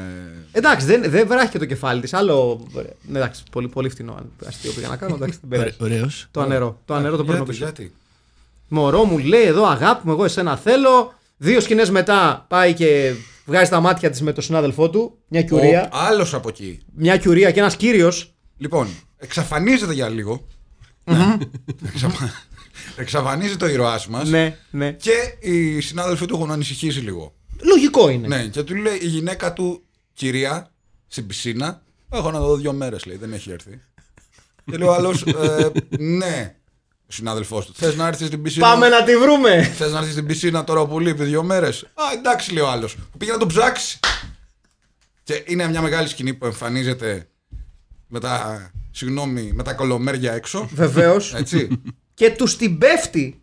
[SPEAKER 3] Εντάξει, δεν, δεν βράχηκε το κεφάλι της. Άλλο. ναι, Εντάξει, πολύ, πολύ φθηνό αν- αστείο πήγα να κάνω. Εντάξει, δεν πειράζει.
[SPEAKER 5] Ωραίος.
[SPEAKER 3] το νερό. Το νερό Ναι, το παίρνω
[SPEAKER 4] γιατί,
[SPEAKER 3] πίσω.
[SPEAKER 4] γιατί.
[SPEAKER 3] Μωρό μου λέει εδώ αγάπη μου, εγώ εσένα θέλω. Δύο σκηνές μετά πάει και βγάζει τα μάτια της με τον συνάδελφό του. Μια
[SPEAKER 4] Ο
[SPEAKER 3] κιουρία.
[SPEAKER 4] άλλος από εκεί.
[SPEAKER 3] Μια κιουρία και ένας κύριος.
[SPEAKER 4] Λοιπόν, εξαφανίζεται για λίγο. Ναι. Εξαφα- Εξαφανίζεται ο ήρωάς μας.
[SPEAKER 3] Ναι, ναι.
[SPEAKER 4] Και οι συνάδελφοί του έχουν ανησυχήσει λίγο.
[SPEAKER 3] Λογικό είναι.
[SPEAKER 4] Ναι, και του λέει η γυναίκα του, κυρία, στην πισίνα, έχω να δω δύο μέρες, λέει, δεν έχει έρθει. και λέει ο άλλος, ναι, ο συνάδελφός του, θες να έρθεις στην πισίνα.
[SPEAKER 3] Πάμε να τη βρούμε.
[SPEAKER 4] Θες να έρθεις στην πισίνα τώρα που λείπει δύο μέρες. Α, εντάξει, λέει ο άλλος. Πήγε να τον ψάξει. Και είναι μια μεγάλη σκηνή που εμφανίζεται με τα, συγγνώμη, με τα κολομέρια έξω.
[SPEAKER 3] Βεβαίως.
[SPEAKER 4] Έτσι.
[SPEAKER 3] και τους την πέφτει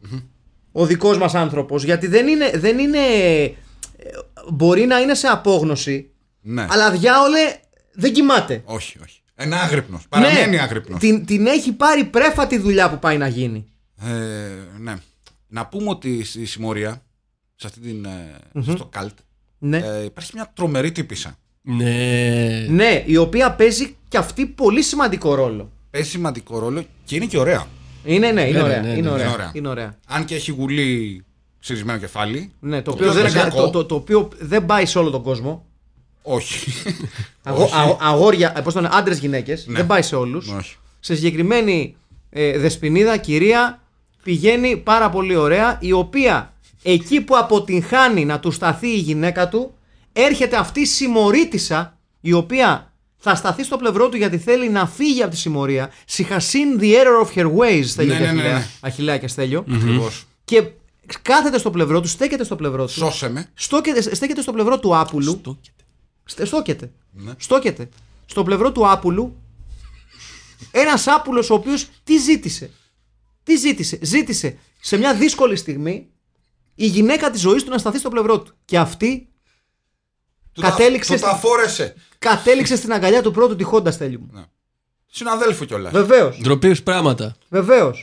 [SPEAKER 3] ο δικός μας άνθρωπος γιατί δεν είναι, δεν είναι ε, μπορεί να είναι σε απόγνωση
[SPEAKER 4] ναι.
[SPEAKER 3] αλλά διάολε δεν κοιμάται
[SPEAKER 4] Όχι, όχι. Ένα άγρυπνος. Παραμένει
[SPEAKER 3] Ναι,
[SPEAKER 4] άγρυπνος.
[SPEAKER 3] την, την έχει πάρει πρέφα τη δουλειά που πάει να γίνει
[SPEAKER 4] Ε, ναι. Να πούμε ότι στη συμμορία, σε αυτή την, ε, στο καλτ,
[SPEAKER 3] ναι.
[SPEAKER 4] ε, υπάρχει μια τρομερή τύπησα.
[SPEAKER 5] Ναι.
[SPEAKER 3] ναι η οποία παίζει και αυτή πολύ σημαντικό ρόλο
[SPEAKER 4] Παίζει σημαντικό ρόλο και είναι και ωραία.
[SPEAKER 3] είναι, ναι, είναι,
[SPEAKER 5] Ναι,
[SPEAKER 3] ωραία,
[SPEAKER 5] ναι, ναι,
[SPEAKER 3] είναι,
[SPEAKER 5] ναι,
[SPEAKER 3] ωραία,
[SPEAKER 4] είναι ωραία.
[SPEAKER 3] είναι ωραία.
[SPEAKER 4] Αν και έχει γουλή ξυρισμένο κεφάλι.
[SPEAKER 3] Ναι, το,
[SPEAKER 4] Το
[SPEAKER 3] οποίο δεν,
[SPEAKER 4] οποίο
[SPEAKER 3] κα-
[SPEAKER 4] κακό.
[SPEAKER 3] το, το, το οποίο δεν πάει σε όλο τον κόσμο.
[SPEAKER 4] Όχι.
[SPEAKER 3] Αγο, α, αγόρια, ε, πώς το λένε, άντρες γυναίκες,
[SPEAKER 4] Ναι.
[SPEAKER 3] δεν πάει σε όλους.
[SPEAKER 4] Όχι.
[SPEAKER 3] σε συγκεκριμένη ε, δεσποινίδα, κυρία, πηγαίνει πάρα πολύ ωραία, η οποία εκεί που αποτυγχάνει να του σταθεί η γυναίκα του, έρχεται αυτή η συμμορήτησα, η οποία θα σταθεί στο πλευρό του γιατί θέλει να φύγει από τη συμμορία. She has seen the error of her ways, Στέλιο
[SPEAKER 4] Ναι,
[SPEAKER 3] και
[SPEAKER 4] ναι, ναι,
[SPEAKER 3] Αχιλέα-
[SPEAKER 4] ναι.
[SPEAKER 3] Αχιλέα και Στέλιο.
[SPEAKER 4] Ακριβώς.
[SPEAKER 3] Και κάθεται στο πλευρό του, στέκεται στο πλευρό του.
[SPEAKER 4] Σώσε με.
[SPEAKER 3] Στόκεται, στέκεται στο πλευρό του Άπουλου.
[SPEAKER 5] Στόκεται.
[SPEAKER 3] Στε- Στόκεται.
[SPEAKER 4] Ναι.
[SPEAKER 3] Στόκεται. Στο πλευρό του Άπουλου, ένας Άπουλος ο οποίος τι ζήτησε. Τι ζήτησε. Ζήτησε σε μια δύσκολη στιγμή η γυναίκα της ζωής του να σταθεί στο πλευρό του. Και αυτή
[SPEAKER 4] Του τα-
[SPEAKER 3] Κατέληξε
[SPEAKER 4] Του τα
[SPEAKER 3] στη-
[SPEAKER 4] φόρεσε.
[SPEAKER 3] κατέληξε στην αγκαλιά του πρώτου τυχόντα τέλειου μου.
[SPEAKER 4] Συναδέλφου κιόλας.
[SPEAKER 3] Βεβαίως.
[SPEAKER 5] Ντροπή πράγματα.
[SPEAKER 3] Βεβαίως.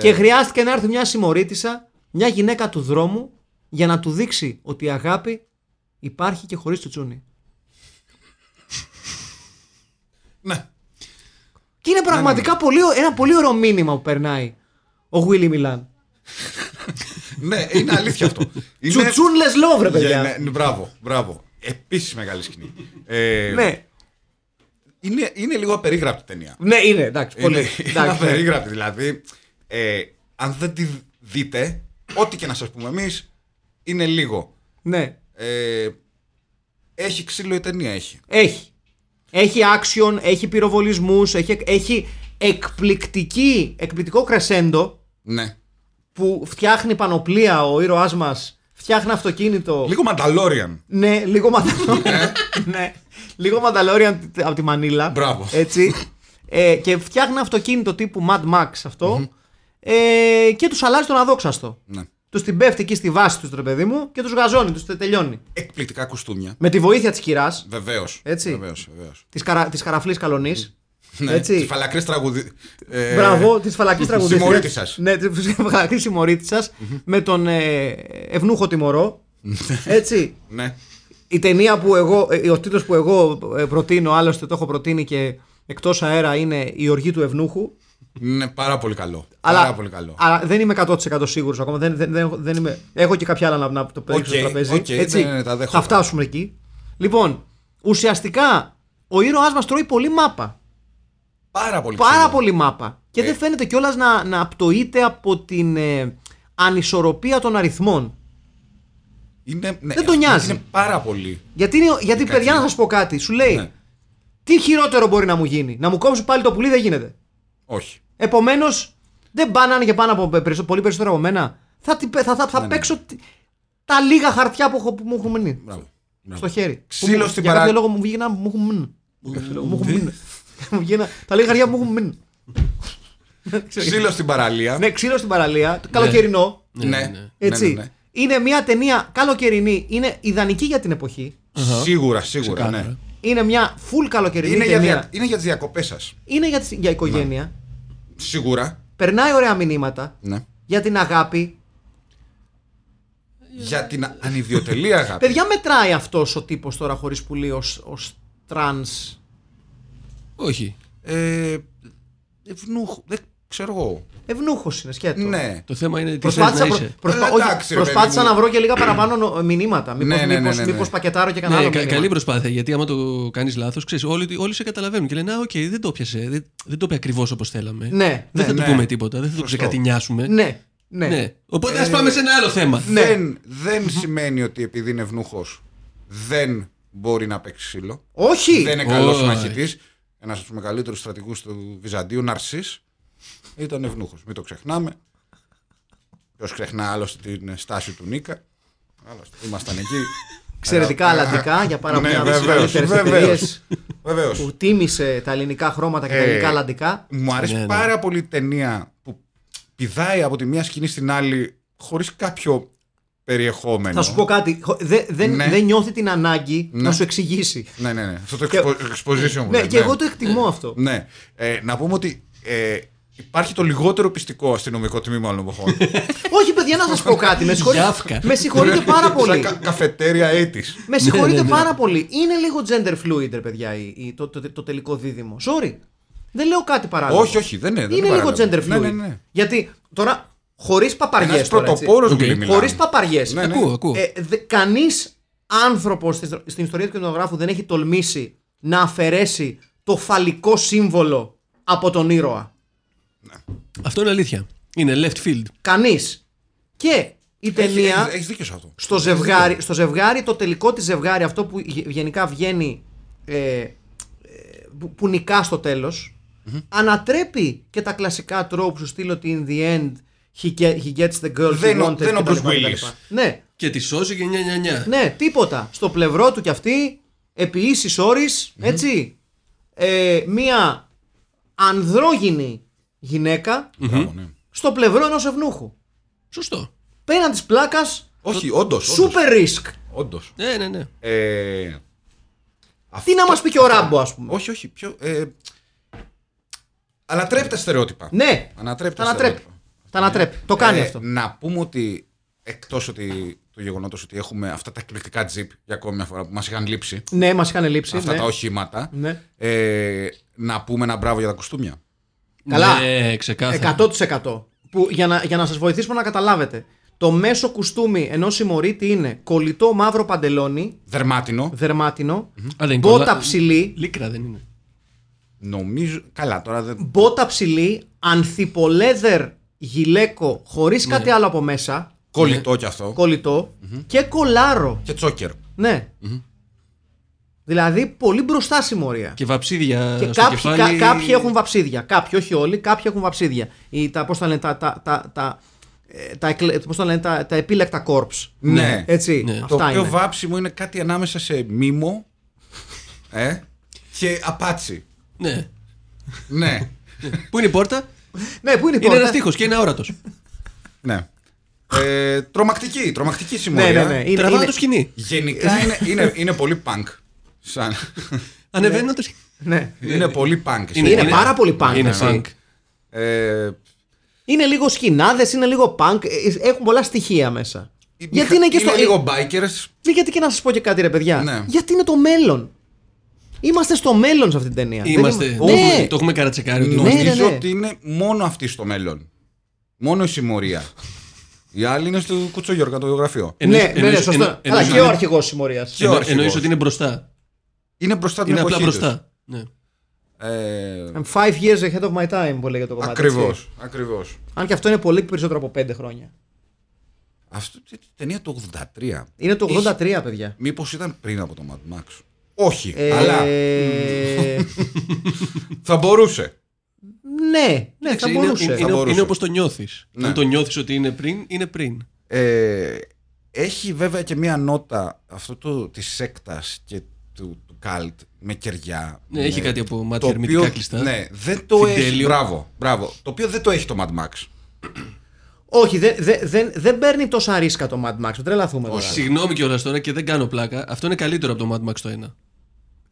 [SPEAKER 3] Και χρειάστηκε να έρθει μια συμμορήτησα, μια γυναίκα του δρόμου, για να του δείξει ότι η αγάπη υπάρχει και χωρίς το τσούνι.
[SPEAKER 4] Ναι.
[SPEAKER 3] Και είναι πραγματικά πολύ, ω- ένα πολύ ωραίο μήνυμα που περνάει ο Willy Milan.
[SPEAKER 4] ναι, είναι αλήθεια αυτό. Είναι-
[SPEAKER 3] Τσουτσούνλες λόβ, ρε παιδιά.
[SPEAKER 4] Ναι, ναι, Μπράβο, μπράβο. Επίσης μεγάλη σκηνή. Ε,
[SPEAKER 3] Ναι,
[SPEAKER 4] είναι, είναι λίγο απερίγραπτη ταινία.
[SPEAKER 3] ναι, είναι, εντάξει. Πολύ.
[SPEAKER 4] Είναι, είναι
[SPEAKER 3] Εντάξει, ναι.
[SPEAKER 4] απερίγραπτη. Δηλαδή, ε, αν δεν τη δείτε, ό,τι και να σας πούμε εμείς, είναι λίγο.
[SPEAKER 3] Ναι,
[SPEAKER 4] Ε, έχει ξύλο η ταινία, έχει.
[SPEAKER 3] έχει. Έχει action, έχει πυροβολισμούς, έχει, έχει εκπληκτική, εκπληκτικό κρεσέντο
[SPEAKER 4] Ναι.
[SPEAKER 3] που φτιάχνει πανοπλία ο ήρωάς μας, φτιάχνει αυτοκίνητο.
[SPEAKER 4] Λίγο Μανταλόριαν.
[SPEAKER 3] Ναι, λίγο Μανταλόριαν. ναι. Λίγο Mandalorian τ- από τη Μανίλα.
[SPEAKER 4] Μπράβο.
[SPEAKER 3] Έτσι. Ε, και φτιάχνει αυτοκίνητο τύπου Mad Max αυτό. ε, και τους αλλάζει τον αδόξαστο.
[SPEAKER 4] Ναι.
[SPEAKER 3] Τους την πέφτει εκεί στη βάση τους, ρε παιδί μου, και τους γαζώνει, τους τελειώνει.
[SPEAKER 4] Εκπληκτικά κουστούμια.
[SPEAKER 3] Με τη βοήθεια της κυράς,
[SPEAKER 4] Βεβαίως.
[SPEAKER 3] Έτσι.
[SPEAKER 4] Βεβαίως, βεβαίως.
[SPEAKER 3] της καρα, της καραφλή καλονή, Έτσι.
[SPEAKER 4] Τι φαλακρέ τραγουδί. Ναι, ε,
[SPEAKER 3] Μπράβο, της φαλακής τραγουδίστρια.
[SPEAKER 4] Συμμορήτη σας.
[SPEAKER 3] Ναι, της φαλακής συμμορήτη σα με τον ε, ευνούχο τιμωρό. Έτσι.
[SPEAKER 4] Ναι.
[SPEAKER 3] Η ταινία που εγώ, ε, ο τίτλος που εγώ ε, προτείνω, άλλωστε το έχω προτείνει και εκτός αέρα είναι «Η οργή του ευνούχου».
[SPEAKER 4] Είναι πάρα πολύ καλό.
[SPEAKER 3] Αλλά,
[SPEAKER 4] πάρα πολύ καλό.
[SPEAKER 3] αλλά δεν είμαι 100% σίγουρος ακόμα. Δεν, δεν, δεν, έχω- δεν είμαι, έχω και κάποια άλλα να, να το παίξω στο
[SPEAKER 4] Οκ,
[SPEAKER 3] τραπέζι.
[SPEAKER 4] οκ,
[SPEAKER 3] έτσι,
[SPEAKER 4] ναι, ναι, τα δέχομαι.
[SPEAKER 3] θα φτάσουμε εκεί. Λοιπόν, ουσιαστικά ο ήρωάς μας τρώει πολύ μάπα.
[SPEAKER 4] Πάρα πολύ
[SPEAKER 3] Πάρα
[SPEAKER 4] ξύλο.
[SPEAKER 3] πολύ μάπα. Και
[SPEAKER 4] Ε.
[SPEAKER 3] δεν φαίνεται κιόλας να, να απτοείται από την ε, ανισορροπία των αριθμών.
[SPEAKER 4] Είναι, ναι,
[SPEAKER 3] Δεν τον νοιάζει.
[SPEAKER 4] Είναι πάρα πολύ.
[SPEAKER 3] Γιατί, είναι, γιατί
[SPEAKER 4] κακή.
[SPEAKER 3] παιδιά, να σας πω κάτι, σου λέει.
[SPEAKER 4] Ναι.
[SPEAKER 3] Τι χειρότερο μπορεί να μου γίνει, Να μου κόψουν πάλι το πουλί, δεν γίνεται.
[SPEAKER 4] Όχι.
[SPEAKER 3] Επομένως, δεν πάνε και πάνω από περισσο- πολύ περισσότερο από μένα. Θα, τη- θα, θα, θα
[SPEAKER 4] ναι.
[SPEAKER 3] παίξω τι- τα λίγα χαρτιά που, έχω, που μου έχουν μείνει
[SPEAKER 4] Μπράβο. Μπράβο.
[SPEAKER 3] στο χέρι.
[SPEAKER 4] Ξύλο
[SPEAKER 3] Που μου-
[SPEAKER 4] στην
[SPEAKER 3] για
[SPEAKER 4] παρά-
[SPEAKER 3] κάποιο λόγο μου βγήκε ένα μου έχουν μείνει. Μου έχουν μείνει. Μου βγήκε ένα- Τα λίγα χαρτιά που μου έχουν μείνει.
[SPEAKER 4] Ξύλο στην παραλία.
[SPEAKER 3] Ναι, ξύλο στην παραλία, το καλοκαιρινό.
[SPEAKER 4] Ναι.
[SPEAKER 5] ναι.
[SPEAKER 3] Έτσι.
[SPEAKER 4] ναι, ναι.
[SPEAKER 3] Είναι μια ταινία καλοκαιρινή, είναι ιδανική για την εποχή.
[SPEAKER 4] Σίγουρα, σίγουρα.
[SPEAKER 5] Ξεκάθαρα.
[SPEAKER 4] Ναι.
[SPEAKER 3] Είναι μια full καλοκαιρινή
[SPEAKER 4] Είναι, για
[SPEAKER 3] ταινία.
[SPEAKER 4] δια... Ναι. είναι για τις διακοπές σας.
[SPEAKER 3] Είναι για, τις- για οικογένεια.
[SPEAKER 4] Σίγουρα.
[SPEAKER 3] Περνάει ωραία μηνύματα
[SPEAKER 4] Ναι.
[SPEAKER 3] για την αγάπη.
[SPEAKER 4] Για την ανιδιοτελή αγάπη.
[SPEAKER 3] Παιδιά, μετράει αυτός ο τύπος τώρα χωρίς πουλί ω τρανς
[SPEAKER 5] Όχι.
[SPEAKER 4] Ε, ευνούχο, δεν ξέρω εγώ.
[SPEAKER 3] Ευνούχος είναι, σκέτο.
[SPEAKER 4] Ναι.
[SPEAKER 5] Το θέμα είναι τι θέλει να
[SPEAKER 3] Προσπάθησα, προ-
[SPEAKER 5] είσαι.
[SPEAKER 3] προσπα-
[SPEAKER 4] Ε,
[SPEAKER 3] όχι,
[SPEAKER 4] εντάξει, ρε
[SPEAKER 3] προσπάθησα
[SPEAKER 4] παιδί
[SPEAKER 3] να
[SPEAKER 4] μου.
[SPEAKER 3] βρω και λίγα παραπάνω νο- μηνύματα. Μήπως
[SPEAKER 4] Ναι, ναι, ναι, ναι, ναι.
[SPEAKER 3] πακετάρω και κανένα
[SPEAKER 5] Ναι,
[SPEAKER 3] άλλο.
[SPEAKER 5] κα-
[SPEAKER 3] μήνυμα.
[SPEAKER 5] καλή προσπάθεια. Γιατί άμα το κάνεις λάθος, ξέρεις, όλοι, όλοι σε καταλαβαίνουν και λένε Α, οκ, δεν το πιασε. Δεν, δεν το είπε ακριβώς όπως θέλαμε.
[SPEAKER 3] Ναι, ναι,
[SPEAKER 5] δεν θα
[SPEAKER 4] ναι.
[SPEAKER 5] του πούμε τίποτα. Δεν θα το ξεκατηνιάσουμε.
[SPEAKER 3] Ναι, ναι.
[SPEAKER 5] Ναι. Οπότε ας πάμε σε ένα άλλο θέμα.
[SPEAKER 3] Ναι.
[SPEAKER 4] Δεν, δεν σημαίνει ότι επειδή είναι ευνούχος δεν μπορεί να παίξει ξύλο.
[SPEAKER 3] Όχι!
[SPEAKER 4] Δεν είναι καλός
[SPEAKER 5] Όχι.
[SPEAKER 4] μαχητής. Ένας από του μεγαλύτερου στρατηγούς του Βυζαντίου, Ναρσή, ήταν ευνούχος. Μην το ξεχνάμε. Ποιος ξεχνά άλλωστε την στάση του Νίκα. Άλλωστε, ήμασταν εκεί.
[SPEAKER 3] Εξαιρετικά αλλαντικά για πάρα
[SPEAKER 4] Ναι,
[SPEAKER 3] πολλά από τι
[SPEAKER 4] βεβαίως,
[SPEAKER 3] καλύτερε
[SPEAKER 4] βεβαίως.
[SPEAKER 3] εταιρείε
[SPEAKER 4] Βεβαίως.
[SPEAKER 3] που τίμησε τα ελληνικά χρώματα και τα
[SPEAKER 4] Ε.
[SPEAKER 3] ελληνικά αλλαντικά.
[SPEAKER 4] Μου αρέσει
[SPEAKER 5] Ναι, ναι.
[SPEAKER 4] πάρα πολύ η ταινία που πηδάει από τη μία σκηνή στην άλλη χωρίς κάποιο περιεχόμενο.
[SPEAKER 3] Θα σου πω κάτι. χω- δε- δεν,
[SPEAKER 4] Ναι.
[SPEAKER 3] δεν νιώθει την ανάγκη
[SPEAKER 4] Ναι.
[SPEAKER 3] να σου εξηγήσει.
[SPEAKER 4] Ναι, ναι, ναι. Αυτό το
[SPEAKER 3] Και-
[SPEAKER 4] expo- exposition που
[SPEAKER 3] Ναι,
[SPEAKER 4] λένε,
[SPEAKER 3] και εγώ το εκτιμώ αυτό.
[SPEAKER 4] Ναι. Ε, να πούμε ότι ε, υπάρχει το λιγότερο πιστικό αστυνομικό τμήμα όλων των εποχών.
[SPEAKER 3] Όχι, παιδιά, να σας πω κάτι. Με συγχωρείτε,
[SPEAKER 5] Γιάφκα.
[SPEAKER 3] με συγχωρείτε πάρα πολύ.
[SPEAKER 4] Ναι. Σαν κα- καφετέρια έτη.
[SPEAKER 3] Με συγχωρείτε
[SPEAKER 5] ναι, ναι.
[SPEAKER 3] πάρα πολύ. Είναι λίγο gender fluid, ρε παιδιά, η- η- το, το, το τελικό δίδυμο. Sorry. Δεν λέω κάτι παράλογο.
[SPEAKER 4] όχι, όχι, δεν είναι. δεν
[SPEAKER 3] Είναι λίγο
[SPEAKER 4] παράλαβα.
[SPEAKER 3] gender fluid.
[SPEAKER 4] Ναι, ναι, ναι.
[SPEAKER 3] Γιατί τώρα, χωρίς παπαριές.
[SPEAKER 4] Ένας πρωτοπόρο
[SPEAKER 5] Οκ.
[SPEAKER 4] okay.
[SPEAKER 3] Χωρίς παπαριές.
[SPEAKER 4] Ναι, ναι.
[SPEAKER 5] Ακούω, ακούω.
[SPEAKER 3] Ε, Κανείς άνθρωπος στην ιστορία του κινηματογράφου δεν έχει τολμήσει να αφαιρέσει το φαλικό σύμβολο από τον ήρωα.
[SPEAKER 5] Αυτό είναι αλήθεια. Είναι left field.
[SPEAKER 3] Κανείς. Και η ταινία.
[SPEAKER 4] Έχει δίκιο σε αυτό.
[SPEAKER 3] στο ζευγάρι, στο ζευγάρι, το τελικό της ζευγάρι, αυτό που γε- γενικά βγαίνει. Ε, ε, που, που νικά στο τελο ανατρέπει και τα κλασικά τρόπους του στυλ ότι in the end he, get- he gets the girl
[SPEAKER 4] Δεν
[SPEAKER 3] he
[SPEAKER 4] ο-
[SPEAKER 3] wanted.
[SPEAKER 4] δεν ο
[SPEAKER 3] κτλ,
[SPEAKER 4] Bruce
[SPEAKER 3] κτλ.
[SPEAKER 4] Willis.
[SPEAKER 3] Ναι,
[SPEAKER 5] Και τη σώζει και 999.
[SPEAKER 3] ναι, τίποτα. Στο πλευρό του κι αυτή, επί ίσης όρης, έτσι, ε, μία ανδρόγυνη γυναίκα
[SPEAKER 4] Μπράβο, ναι.
[SPEAKER 3] στο πλευρό ενός ευνούχου.
[SPEAKER 5] Σωστό.
[SPEAKER 3] Πέραν της πλάκας,
[SPEAKER 4] Όχι, όντως.
[SPEAKER 3] super risk.
[SPEAKER 4] Όντως.
[SPEAKER 5] Ναι, ναι, ναι.
[SPEAKER 4] Ε,
[SPEAKER 3] Τι να μας πει και ο Ράμπο, ας πούμε.
[SPEAKER 4] όχι, όχι. Πιο, ε, ανατρέπει τα στερεότυπα.
[SPEAKER 3] Ναι.
[SPEAKER 4] Ανατρέπει
[SPEAKER 3] Τα
[SPEAKER 4] τα
[SPEAKER 3] ανατρέπει.
[SPEAKER 4] στερεότυπα.
[SPEAKER 3] Τα ανατρέπει. Το κάνει
[SPEAKER 4] Ε,
[SPEAKER 3] αυτό.
[SPEAKER 4] Να πούμε ότι εκτός ότι το γεγονότος ότι έχουμε αυτά τα εκπληκτικά τζιπ για ακόμη μια φορά που μας είχαν λείψει
[SPEAKER 3] Ναι, μας είχαν λείψει.
[SPEAKER 4] αυτά
[SPEAKER 3] ναι.
[SPEAKER 4] τα οχήματα.
[SPEAKER 3] Ναι.
[SPEAKER 4] Ε, να πούμε ένα μπράβο για τα κοστούμια.
[SPEAKER 3] Καλά.
[SPEAKER 5] Ναι, ξεκάθαρα.
[SPEAKER 3] 100%. Που, για να, για να σας βοηθήσουμε να καταλάβετε. Το μέσο κουστούμι ενός συμμορίτη είναι κολλητό μαύρο παντελόνι,
[SPEAKER 4] Δερμάτινο.
[SPEAKER 3] δερμάτινο,
[SPEAKER 5] Α, δεν είναι
[SPEAKER 3] μπότα
[SPEAKER 5] πολλά.
[SPEAKER 3] ψηλή,
[SPEAKER 5] Λίκρα δεν είναι.
[SPEAKER 4] Νομίζω. Καλά, τώρα δεν.
[SPEAKER 3] μπότα ψηλή, ανθιπολέδερ γυλαίκο χωρίς
[SPEAKER 4] Ναι.
[SPEAKER 3] κάτι άλλο από μέσα,
[SPEAKER 4] Κολλητό κι αυτό.
[SPEAKER 3] κολλητό, και κολάρο.
[SPEAKER 4] Και τσόκερ.
[SPEAKER 3] Ναι. Δηλαδή πολύ μπροστά συμμορία.
[SPEAKER 5] Και βαψίδια
[SPEAKER 3] Και
[SPEAKER 5] Ε, στο
[SPEAKER 3] κάποιοι,
[SPEAKER 5] κεφάλι.
[SPEAKER 3] κα- κάποιοι έχουν βαψίδια. Κάποιοι, όχι όλοι, κάποιοι έχουν βαψίδια. Ή τα, πώς τα λένε, τα, τα, τα, τα, ε, τα, εκλε- πώς τα, λένε, τα, τα επίλεκτα κόρψ.
[SPEAKER 4] Ναι.
[SPEAKER 3] Έτσι,
[SPEAKER 5] Ναι.
[SPEAKER 4] Το
[SPEAKER 3] αυτά
[SPEAKER 4] πιο
[SPEAKER 3] είναι.
[SPEAKER 4] βάψιμο είναι κάτι ανάμεσα σε μήμο. Ε, και απάτσι.
[SPEAKER 5] Ναι.
[SPEAKER 4] ναι.
[SPEAKER 5] Πού είναι η πόρτα?
[SPEAKER 3] Ναι, πού είναι η
[SPEAKER 5] είναι
[SPEAKER 3] πόρτα?
[SPEAKER 5] ένας τείχος και είναι αόρατος.
[SPEAKER 4] ναι. Ε, τρομακτική, τρομακτική
[SPEAKER 3] Ναι,
[SPEAKER 4] συμμορία.
[SPEAKER 3] ναι, ναι. Είναι,
[SPEAKER 5] Τραβάνε
[SPEAKER 3] είναι,
[SPEAKER 5] το σκηνή.
[SPEAKER 4] Γενικά είναι, είναι, είναι πολύ punk. Σαν...
[SPEAKER 5] Ανεβαίνουν το σκηνή.
[SPEAKER 3] Ναι.
[SPEAKER 4] Είναι πολύ punk.
[SPEAKER 5] Είναι-
[SPEAKER 3] Είναι
[SPEAKER 5] είναι-
[SPEAKER 3] πάρα πολύ punk.
[SPEAKER 5] Είναι
[SPEAKER 3] έτσι.
[SPEAKER 5] punk.
[SPEAKER 4] Ε,
[SPEAKER 3] Είναι λίγο σκηνάδες, είναι λίγο punk. ε, Έχουν πολλά στοιχεία μέσα. Γιατί είναι και στο. Ε,
[SPEAKER 4] λίγο bikers.
[SPEAKER 3] Γιατί και να σας πω και κάτι, ρε παιδιά.
[SPEAKER 4] Ναι.
[SPEAKER 3] Γιατί είναι το μέλλον. Είμαστε στο μέλλον σε αυτή την ταινία. Δεν
[SPEAKER 5] Είμαστε.
[SPEAKER 3] είμαι-
[SPEAKER 5] Το έχουμε-
[SPEAKER 3] Ναι.
[SPEAKER 5] Το έχουμε καρατσεκάρει. ότι
[SPEAKER 3] Ναι.
[SPEAKER 5] είμαστε.
[SPEAKER 4] Νομίζω
[SPEAKER 3] ναι.
[SPEAKER 4] ότι είναι μόνο αυτή στο μέλλον. Μόνο η συμμορία. Οι άλλοι είναι στο Κουτσογιώργα το γραφείο.
[SPEAKER 3] Ναι,
[SPEAKER 5] Εννοείς-
[SPEAKER 3] ναι, ναι,
[SPEAKER 5] εννοείς-
[SPEAKER 3] σωστά.
[SPEAKER 5] εννοείς-
[SPEAKER 3] Αλλά και ο αρχηγό συμμορίας.
[SPEAKER 4] Και ο
[SPEAKER 5] εννο-
[SPEAKER 4] αρχηγός.
[SPEAKER 5] Εννοείς ότι είναι μπροστά.
[SPEAKER 4] Είναι μπροστά την
[SPEAKER 5] Είναι απλά
[SPEAKER 4] εποχή τους.
[SPEAKER 5] μπροστά. Ναι.
[SPEAKER 4] Ε,
[SPEAKER 3] I'm five years ahead of my time που λέγεται το κομμάτι.
[SPEAKER 4] Ακριβώ.
[SPEAKER 3] έτσι.
[SPEAKER 4] Ακριβώς.
[SPEAKER 3] Αν και αυτό είναι πολύ περισσότερο από πέντε χρόνια.
[SPEAKER 4] Αυτή η ταινία το 83.
[SPEAKER 3] Είναι το 83, παιδιά.
[SPEAKER 4] Μήπως ήταν πριν από το Mad Max. Όχι,
[SPEAKER 3] Ε,
[SPEAKER 4] αλλά
[SPEAKER 3] ε,
[SPEAKER 4] θα μπορούσε.
[SPEAKER 3] ναι, ναι, θα
[SPEAKER 5] Εντάξει, είναι-
[SPEAKER 3] μπορούσε.
[SPEAKER 5] Είναι,
[SPEAKER 4] Θα μπορούσε.
[SPEAKER 5] είναι όπως το νιώθεις.
[SPEAKER 4] Ναι.
[SPEAKER 5] Αν το νιώθεις ότι είναι πριν, είναι πριν.
[SPEAKER 4] Ε, έχει βέβαια και μία νότα αυτό το, της σέκτας και του, του καλτ με κεριά.
[SPEAKER 5] Ναι,
[SPEAKER 4] με-
[SPEAKER 5] έχει κάτι από
[SPEAKER 4] το
[SPEAKER 5] μάτια ερμητικά
[SPEAKER 4] οποίο,
[SPEAKER 5] κλειστά.
[SPEAKER 4] ναι, δεν το
[SPEAKER 5] Φιντέλιο.
[SPEAKER 4] έχει. Μπράβο, μπράβο. Το οποίο δεν το έχει το Mad Max.
[SPEAKER 3] Όχι, δεν δε, δεν- δεν παίρνει τόσα ρίσκα το Mad Max. Μην τρελαθούμε τώρα.
[SPEAKER 5] Συγγνώμη κιόλας τώρα και δεν κάνω πλάκα. Αυτό είναι καλύτερο από το Mad Max το 1.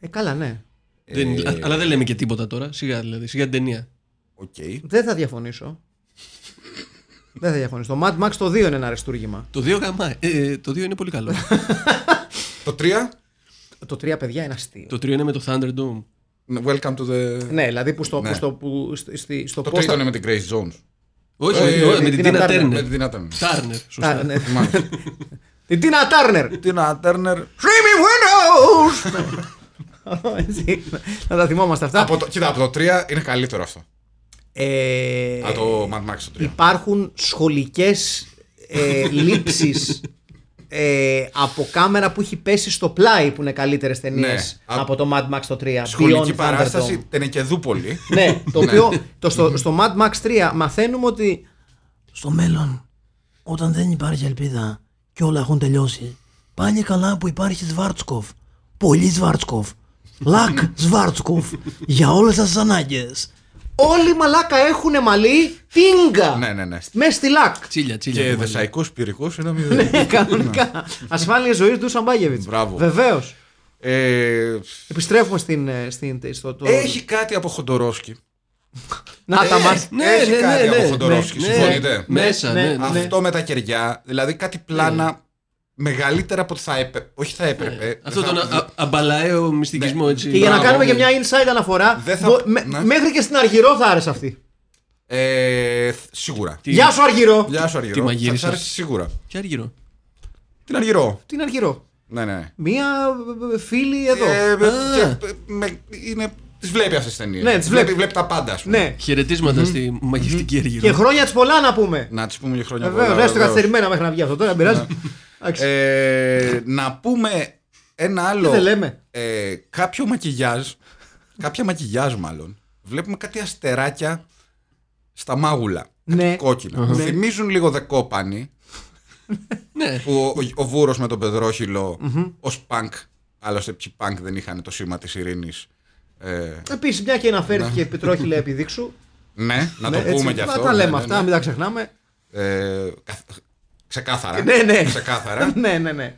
[SPEAKER 3] Ε, καλά, ναι.
[SPEAKER 4] Ε.
[SPEAKER 5] Δεν, α- αλλά δεν λέμε και τίποτα τώρα. Σιγά δηλαδή, σιγά την ταινία.
[SPEAKER 4] Οκ.
[SPEAKER 3] Δεν θα διαφωνήσω. δεν θα διαφωνήσω. Το Mad Max το 2 είναι ένα αριστούργημα.
[SPEAKER 5] Το 2 γαμά. Ε, το 2 είναι πολύ καλό.
[SPEAKER 4] Το 3,
[SPEAKER 3] Το 3, παιδιά, είναι αστείο.
[SPEAKER 5] το 3 είναι με το Thunderdome.
[SPEAKER 4] welcome to the...
[SPEAKER 3] Ναι, δηλαδή που στο,
[SPEAKER 4] Ναι.
[SPEAKER 3] που στο, που, σ- στη, στο
[SPEAKER 4] Το
[SPEAKER 3] πώς
[SPEAKER 4] 3
[SPEAKER 3] θα-
[SPEAKER 4] ήταν με την Grace Jones.
[SPEAKER 5] Όχι,
[SPEAKER 4] Ε,
[SPEAKER 5] όχι,
[SPEAKER 4] ε,
[SPEAKER 5] όχι,
[SPEAKER 4] ε,
[SPEAKER 5] με την
[SPEAKER 3] Tina
[SPEAKER 5] Τίνα
[SPEAKER 3] Turner.
[SPEAKER 4] Με
[SPEAKER 5] Τέρνερ.
[SPEAKER 4] την Ατέρνερ.
[SPEAKER 5] Τάρνερ,
[SPEAKER 3] Α,
[SPEAKER 5] σωστά.
[SPEAKER 3] ναι. Την Τίνα Τάρνερ.
[SPEAKER 4] Την Ατέρνερ.
[SPEAKER 3] Dreamy Windows! Έτσι, Να τα θυμόμαστε αυτά.
[SPEAKER 4] Από το, κοίτα, από το 3 είναι καλύτερο αυτό.
[SPEAKER 3] Ε,
[SPEAKER 4] Από το Mad Max το 3.
[SPEAKER 3] Υπάρχουν σχολικές ε, λήψεις ε, από κάμερα που έχει πέσει στο πλάι που είναι καλύτερες ταινίες
[SPEAKER 4] Ναι. Α-
[SPEAKER 3] από το Mad Max το 3.
[SPEAKER 4] Σχολική
[SPEAKER 3] Beyond Thunderdome.
[SPEAKER 4] παράσταση, Τενεκεδούπολη.
[SPEAKER 3] ναι, το οποίο το, στο, στο Mad Max 3 μαθαίνουμε ότι
[SPEAKER 6] στο μέλλον, όταν δεν υπάρχει ελπίδα και όλα έχουν τελειώσει, πάλι καλά που υπάρχει Σβάρτσκοφ. Πολύ Σβάρτσκοφ. Λακ Σβάρτσκοφ για όλες σας τις ανάγκες.
[SPEAKER 3] όλοι οι μαλάκα έχουν μαλλί τίγκα
[SPEAKER 4] ναι, ναι, ναι.
[SPEAKER 3] μέσα στη λακ.
[SPEAKER 5] Τσίλια, τσίλια.
[SPEAKER 4] Και
[SPEAKER 5] το μαλλί.
[SPEAKER 4] δεσαϊκός πυρικός είναι
[SPEAKER 5] Ναι.
[SPEAKER 4] μηδέν.
[SPEAKER 3] Κανονικά. Ασφάλεια ζωής του Σαμπάγεβιτ.
[SPEAKER 4] Μπράβο.
[SPEAKER 3] Βεβαίως.
[SPEAKER 4] Ε,
[SPEAKER 3] Επιστρέφουμε στην, ε, στην, στο το...
[SPEAKER 4] Έχει κάτι από Χοντορόσκι.
[SPEAKER 3] Να τα μας.
[SPEAKER 5] Ναι,
[SPEAKER 4] Έχει
[SPEAKER 5] ναι,
[SPEAKER 4] κάτι
[SPEAKER 5] ναι,
[SPEAKER 4] από
[SPEAKER 5] ναι,
[SPEAKER 4] Χοντορόφσκι,
[SPEAKER 5] ναι,
[SPEAKER 4] συμφωνείτε?
[SPEAKER 5] Μέσα,
[SPEAKER 3] Ναι,
[SPEAKER 5] ναι.
[SPEAKER 3] ναι.
[SPEAKER 5] ναι.
[SPEAKER 4] Αυτό με τα κεριά, δηλαδή κάτι πλάνα μεγαλύτερα από ότι θα έπρεπε. Όχι θα έπρεπε.
[SPEAKER 5] Αυτό
[SPEAKER 4] δεν
[SPEAKER 5] τον
[SPEAKER 4] θα-
[SPEAKER 5] α- α- αμπαλαέο μυστικισμό έτσι.
[SPEAKER 3] Και για να
[SPEAKER 4] Μπράβο,
[SPEAKER 3] κάνουμε και
[SPEAKER 5] ναι.
[SPEAKER 3] μια inside αναφορά,
[SPEAKER 4] Δεν θα-
[SPEAKER 3] μπο- με-
[SPEAKER 4] ναι.
[SPEAKER 3] μέχρι και στην Αργυρό θα άρεσε αυτή.
[SPEAKER 4] Ε, Σίγουρα.
[SPEAKER 5] Τι-
[SPEAKER 3] Γεια σου Αργυρό!
[SPEAKER 4] Γεια σου Αργυρό.
[SPEAKER 5] Τι μαγείρισα.
[SPEAKER 4] Θα σ' αρέσει σίγουρα.
[SPEAKER 5] Και αργυρό.
[SPEAKER 4] Την Αργυρό.
[SPEAKER 3] Την Αργυρό.
[SPEAKER 4] Ναι, ναι.
[SPEAKER 3] Μία ε, φίλη εδώ.
[SPEAKER 4] Ε,
[SPEAKER 5] Α.
[SPEAKER 4] και, ε, με- είναι, τις βλέπει αυτές τις ταινίες.
[SPEAKER 3] Ναι, τις βλέπει.
[SPEAKER 4] Βλέπει τα πάντα, ας πούμε.
[SPEAKER 3] Ναι.
[SPEAKER 5] Χαιρετίσματα στη μαγευτική
[SPEAKER 3] Και
[SPEAKER 5] αργυρό.
[SPEAKER 3] χρόνια της πολλά να πούμε.
[SPEAKER 4] Να τις πούμε και χρόνια
[SPEAKER 3] Βεβαίω,
[SPEAKER 4] πολλά,
[SPEAKER 3] έστω
[SPEAKER 4] Ναι, βεβαίως. Ναι.
[SPEAKER 3] καθυστερημένα μέχρι να βγει αυτό τώρα, δεν πειράζει. Εντάξει.
[SPEAKER 4] Ε, να πούμε ένα άλλο.
[SPEAKER 3] δεν λέμε.
[SPEAKER 4] Ε, κάποιο μακιγιάζ. κάποια μακιγιάζ μάλλον. Βλέπουμε κάτι αστεράκια στα μάγουλα. κάτι
[SPEAKER 3] Ναι.
[SPEAKER 4] κόκκινα. Μου Θυμίζουν λίγο δεκόπανι
[SPEAKER 5] Ναι.
[SPEAKER 4] που ο, ο, Βούρος με τον παιδροχυλο ως πανκ. Άλλωστε, ποιοι πανκ δεν είχαν το σήμα της ειρήνης. Ε,
[SPEAKER 3] Επίσης, μια και αναφέρθηκε η Πετρόχιλε επί δείξου.
[SPEAKER 4] ναι, να το
[SPEAKER 3] Ναι, έτσι,
[SPEAKER 4] πούμε κι
[SPEAKER 3] να
[SPEAKER 4] αυτό.
[SPEAKER 3] τα
[SPEAKER 4] ναι,
[SPEAKER 3] λέμε
[SPEAKER 4] ναι,
[SPEAKER 3] αυτά,
[SPEAKER 4] ναι.
[SPEAKER 3] μην τα ξεχνάμε.
[SPEAKER 4] Ε, καθ- ξεκάθαρα.
[SPEAKER 3] Ναι, ναι.
[SPEAKER 4] Ξεκάθαρα.
[SPEAKER 3] ναι, ναι, ναι.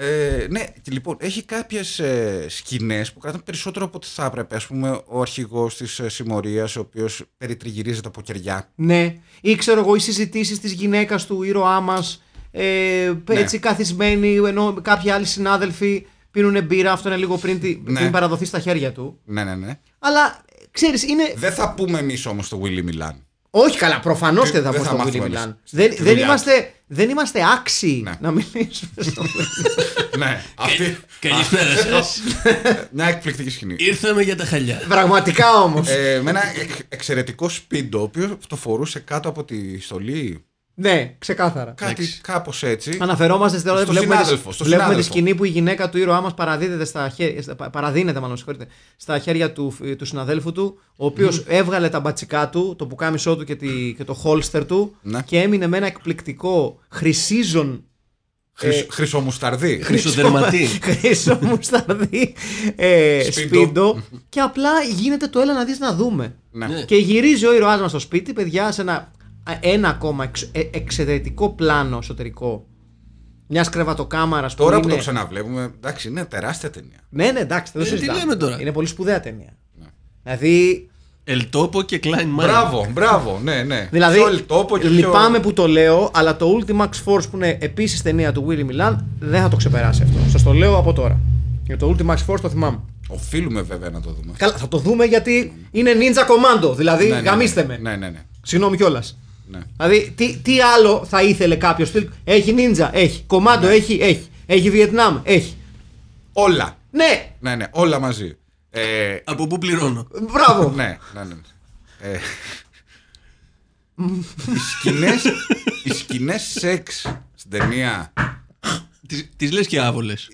[SPEAKER 4] Ε, ναι, και λοιπόν, έχει κάποιες ε, σκηνές που κρατάνε περισσότερο από ό,τι θα έπρεπε. Ας πούμε, ο αρχηγός της ε, συμμορίας, ο οποίος περιτριγυρίζεται από κεριά.
[SPEAKER 3] Ναι. Ή ξέρω εγώ, οι συζητήσεις της γυναίκας του ήρωά μας. Ε,
[SPEAKER 4] Ναι.
[SPEAKER 3] Έτσι καθισμένοι, ενώ κάποιοι άλλοι συνάδελφοι πίνουν μπύρα. Αυτό είναι λίγο πριν, τη-
[SPEAKER 4] Ναι.
[SPEAKER 3] πριν παραδοθεί στα χέρια του.
[SPEAKER 4] Ναι, ναι, ναι.
[SPEAKER 3] Αλλά ξέρεις, είναι.
[SPEAKER 4] Δεν θα πούμε εμείς όμως το Willy Milan.
[SPEAKER 3] Όχι καλά, προφανώς
[SPEAKER 4] Τι-
[SPEAKER 3] και θα
[SPEAKER 4] δεν
[SPEAKER 3] πω
[SPEAKER 4] θα
[SPEAKER 3] στο Willy
[SPEAKER 4] μάθουμε
[SPEAKER 3] Milan.
[SPEAKER 4] εμείς.
[SPEAKER 3] Δεν,
[SPEAKER 4] Στη
[SPEAKER 3] δεν,
[SPEAKER 4] δουλειά.
[SPEAKER 3] είμαστε, δεν είμαστε άξιοι
[SPEAKER 4] Ναι.
[SPEAKER 3] να μιλήσουμε στο Willy.
[SPEAKER 4] ναι, αυτή.
[SPEAKER 5] Καλησπέρα σα.
[SPEAKER 4] μια εκπληκτική σκηνή.
[SPEAKER 5] Ήρθαμε για τα χαλιά.
[SPEAKER 3] Πραγματικά όμως.
[SPEAKER 4] ε, με ένα εκ- εξαιρετικό σπίτι, ο οποίος το φορούσε κάτω από τη στολή.
[SPEAKER 3] ναι, ξεκάθαρα.
[SPEAKER 4] Κάτι
[SPEAKER 5] Εντάξει.
[SPEAKER 4] κάπως έτσι.
[SPEAKER 3] Αναφερόμαστε στην ώρα
[SPEAKER 4] Στο
[SPEAKER 3] βλέπουμε,
[SPEAKER 4] συνάδελφο,
[SPEAKER 3] τη,
[SPEAKER 4] στο
[SPEAKER 3] βλέπουμε τη
[SPEAKER 4] συνάδελφο.
[SPEAKER 3] σκηνή που η γυναίκα του ήρωά μας παραδίδεται στα χέρια, στα- πα- παραδίνεται μάλλον, συγχωρείτε, στα χέρια του, ε, του συναδέλφου του, ο οποίος έβγαλε τα μπατσικά του, το πουκάμισό του και, τη, και το χόλστερ του
[SPEAKER 4] Ναι.
[SPEAKER 3] και έμεινε με ένα εκπληκτικό χρυσίζον
[SPEAKER 4] Χρυσ, Ε, χρυσομουσταρδί.
[SPEAKER 5] Χρυσοδερματή.
[SPEAKER 3] χρυσό μουσταρδί ε,
[SPEAKER 4] Σπίντο.
[SPEAKER 3] σπίντο και απλά γίνεται το έλα να δεις να δούμε.
[SPEAKER 4] Ναι.
[SPEAKER 5] Ναι.
[SPEAKER 3] Και γυρίζει ο ήρωάς μας στο σπίτι, παιδιά, σε ένα, ένα ακόμα εξ- ε, εξαιρετικό πλάνο εσωτερικό μιας κρεβατοκάμαρας που
[SPEAKER 4] Τώρα που
[SPEAKER 3] είναι-
[SPEAKER 4] το ξαναβλέπουμε, εντάξει, είναι τεράστια ταινία.
[SPEAKER 3] Ναι, ναι, εντάξει, δεν το
[SPEAKER 5] Ε, τι
[SPEAKER 3] συζητάμε.
[SPEAKER 5] λέμε τώρα.
[SPEAKER 3] Είναι πολύ σπουδαία ταινία.
[SPEAKER 4] Ναι.
[SPEAKER 3] Δηλαδή,
[SPEAKER 5] Ελτόπο και Klein Mine.
[SPEAKER 4] Μπράβο, μπράβο, ναι, ναι.
[SPEAKER 3] δηλαδή
[SPEAKER 4] Πιο τόπο και
[SPEAKER 3] λυπάμαι
[SPEAKER 4] πιο...
[SPEAKER 3] που το λέω, αλλά το Ultimax Force που είναι επίσης ταινία του Willy Milan δεν θα το ξεπεράσει αυτό. Σας το λέω από τώρα. Για το Ultimax Force το θυμάμαι.
[SPEAKER 4] Οφείλουμε βέβαια να το δούμε.
[SPEAKER 3] Καλά, θα το δούμε γιατί είναι Ninja Commando. Δηλαδή,
[SPEAKER 4] Ναι, ναι, ναι.
[SPEAKER 3] γαμίστε με.
[SPEAKER 4] Ναι, ναι, ναι.
[SPEAKER 3] Συγγνώμη κιόλας.
[SPEAKER 4] ναι.
[SPEAKER 3] Δηλαδή, τι, τι άλλο θα ήθελε κάποιος. Έχει Ninja, έχει. Κομμάντο,
[SPEAKER 4] Ναι.
[SPEAKER 3] έχει, έχει. Έχει Βιετνάμ, έχει.
[SPEAKER 4] Όλα.
[SPEAKER 3] Ναι,
[SPEAKER 4] Ναι, ναι, όλα μαζί. Ε,
[SPEAKER 5] Από πού πληρώνω.
[SPEAKER 3] μπράβο.
[SPEAKER 4] ναι, ναι, ναι. Ε, οι σκηνές, οι σκηνές σεξ στην ταινία
[SPEAKER 5] Τις- Τις λες και άβολες.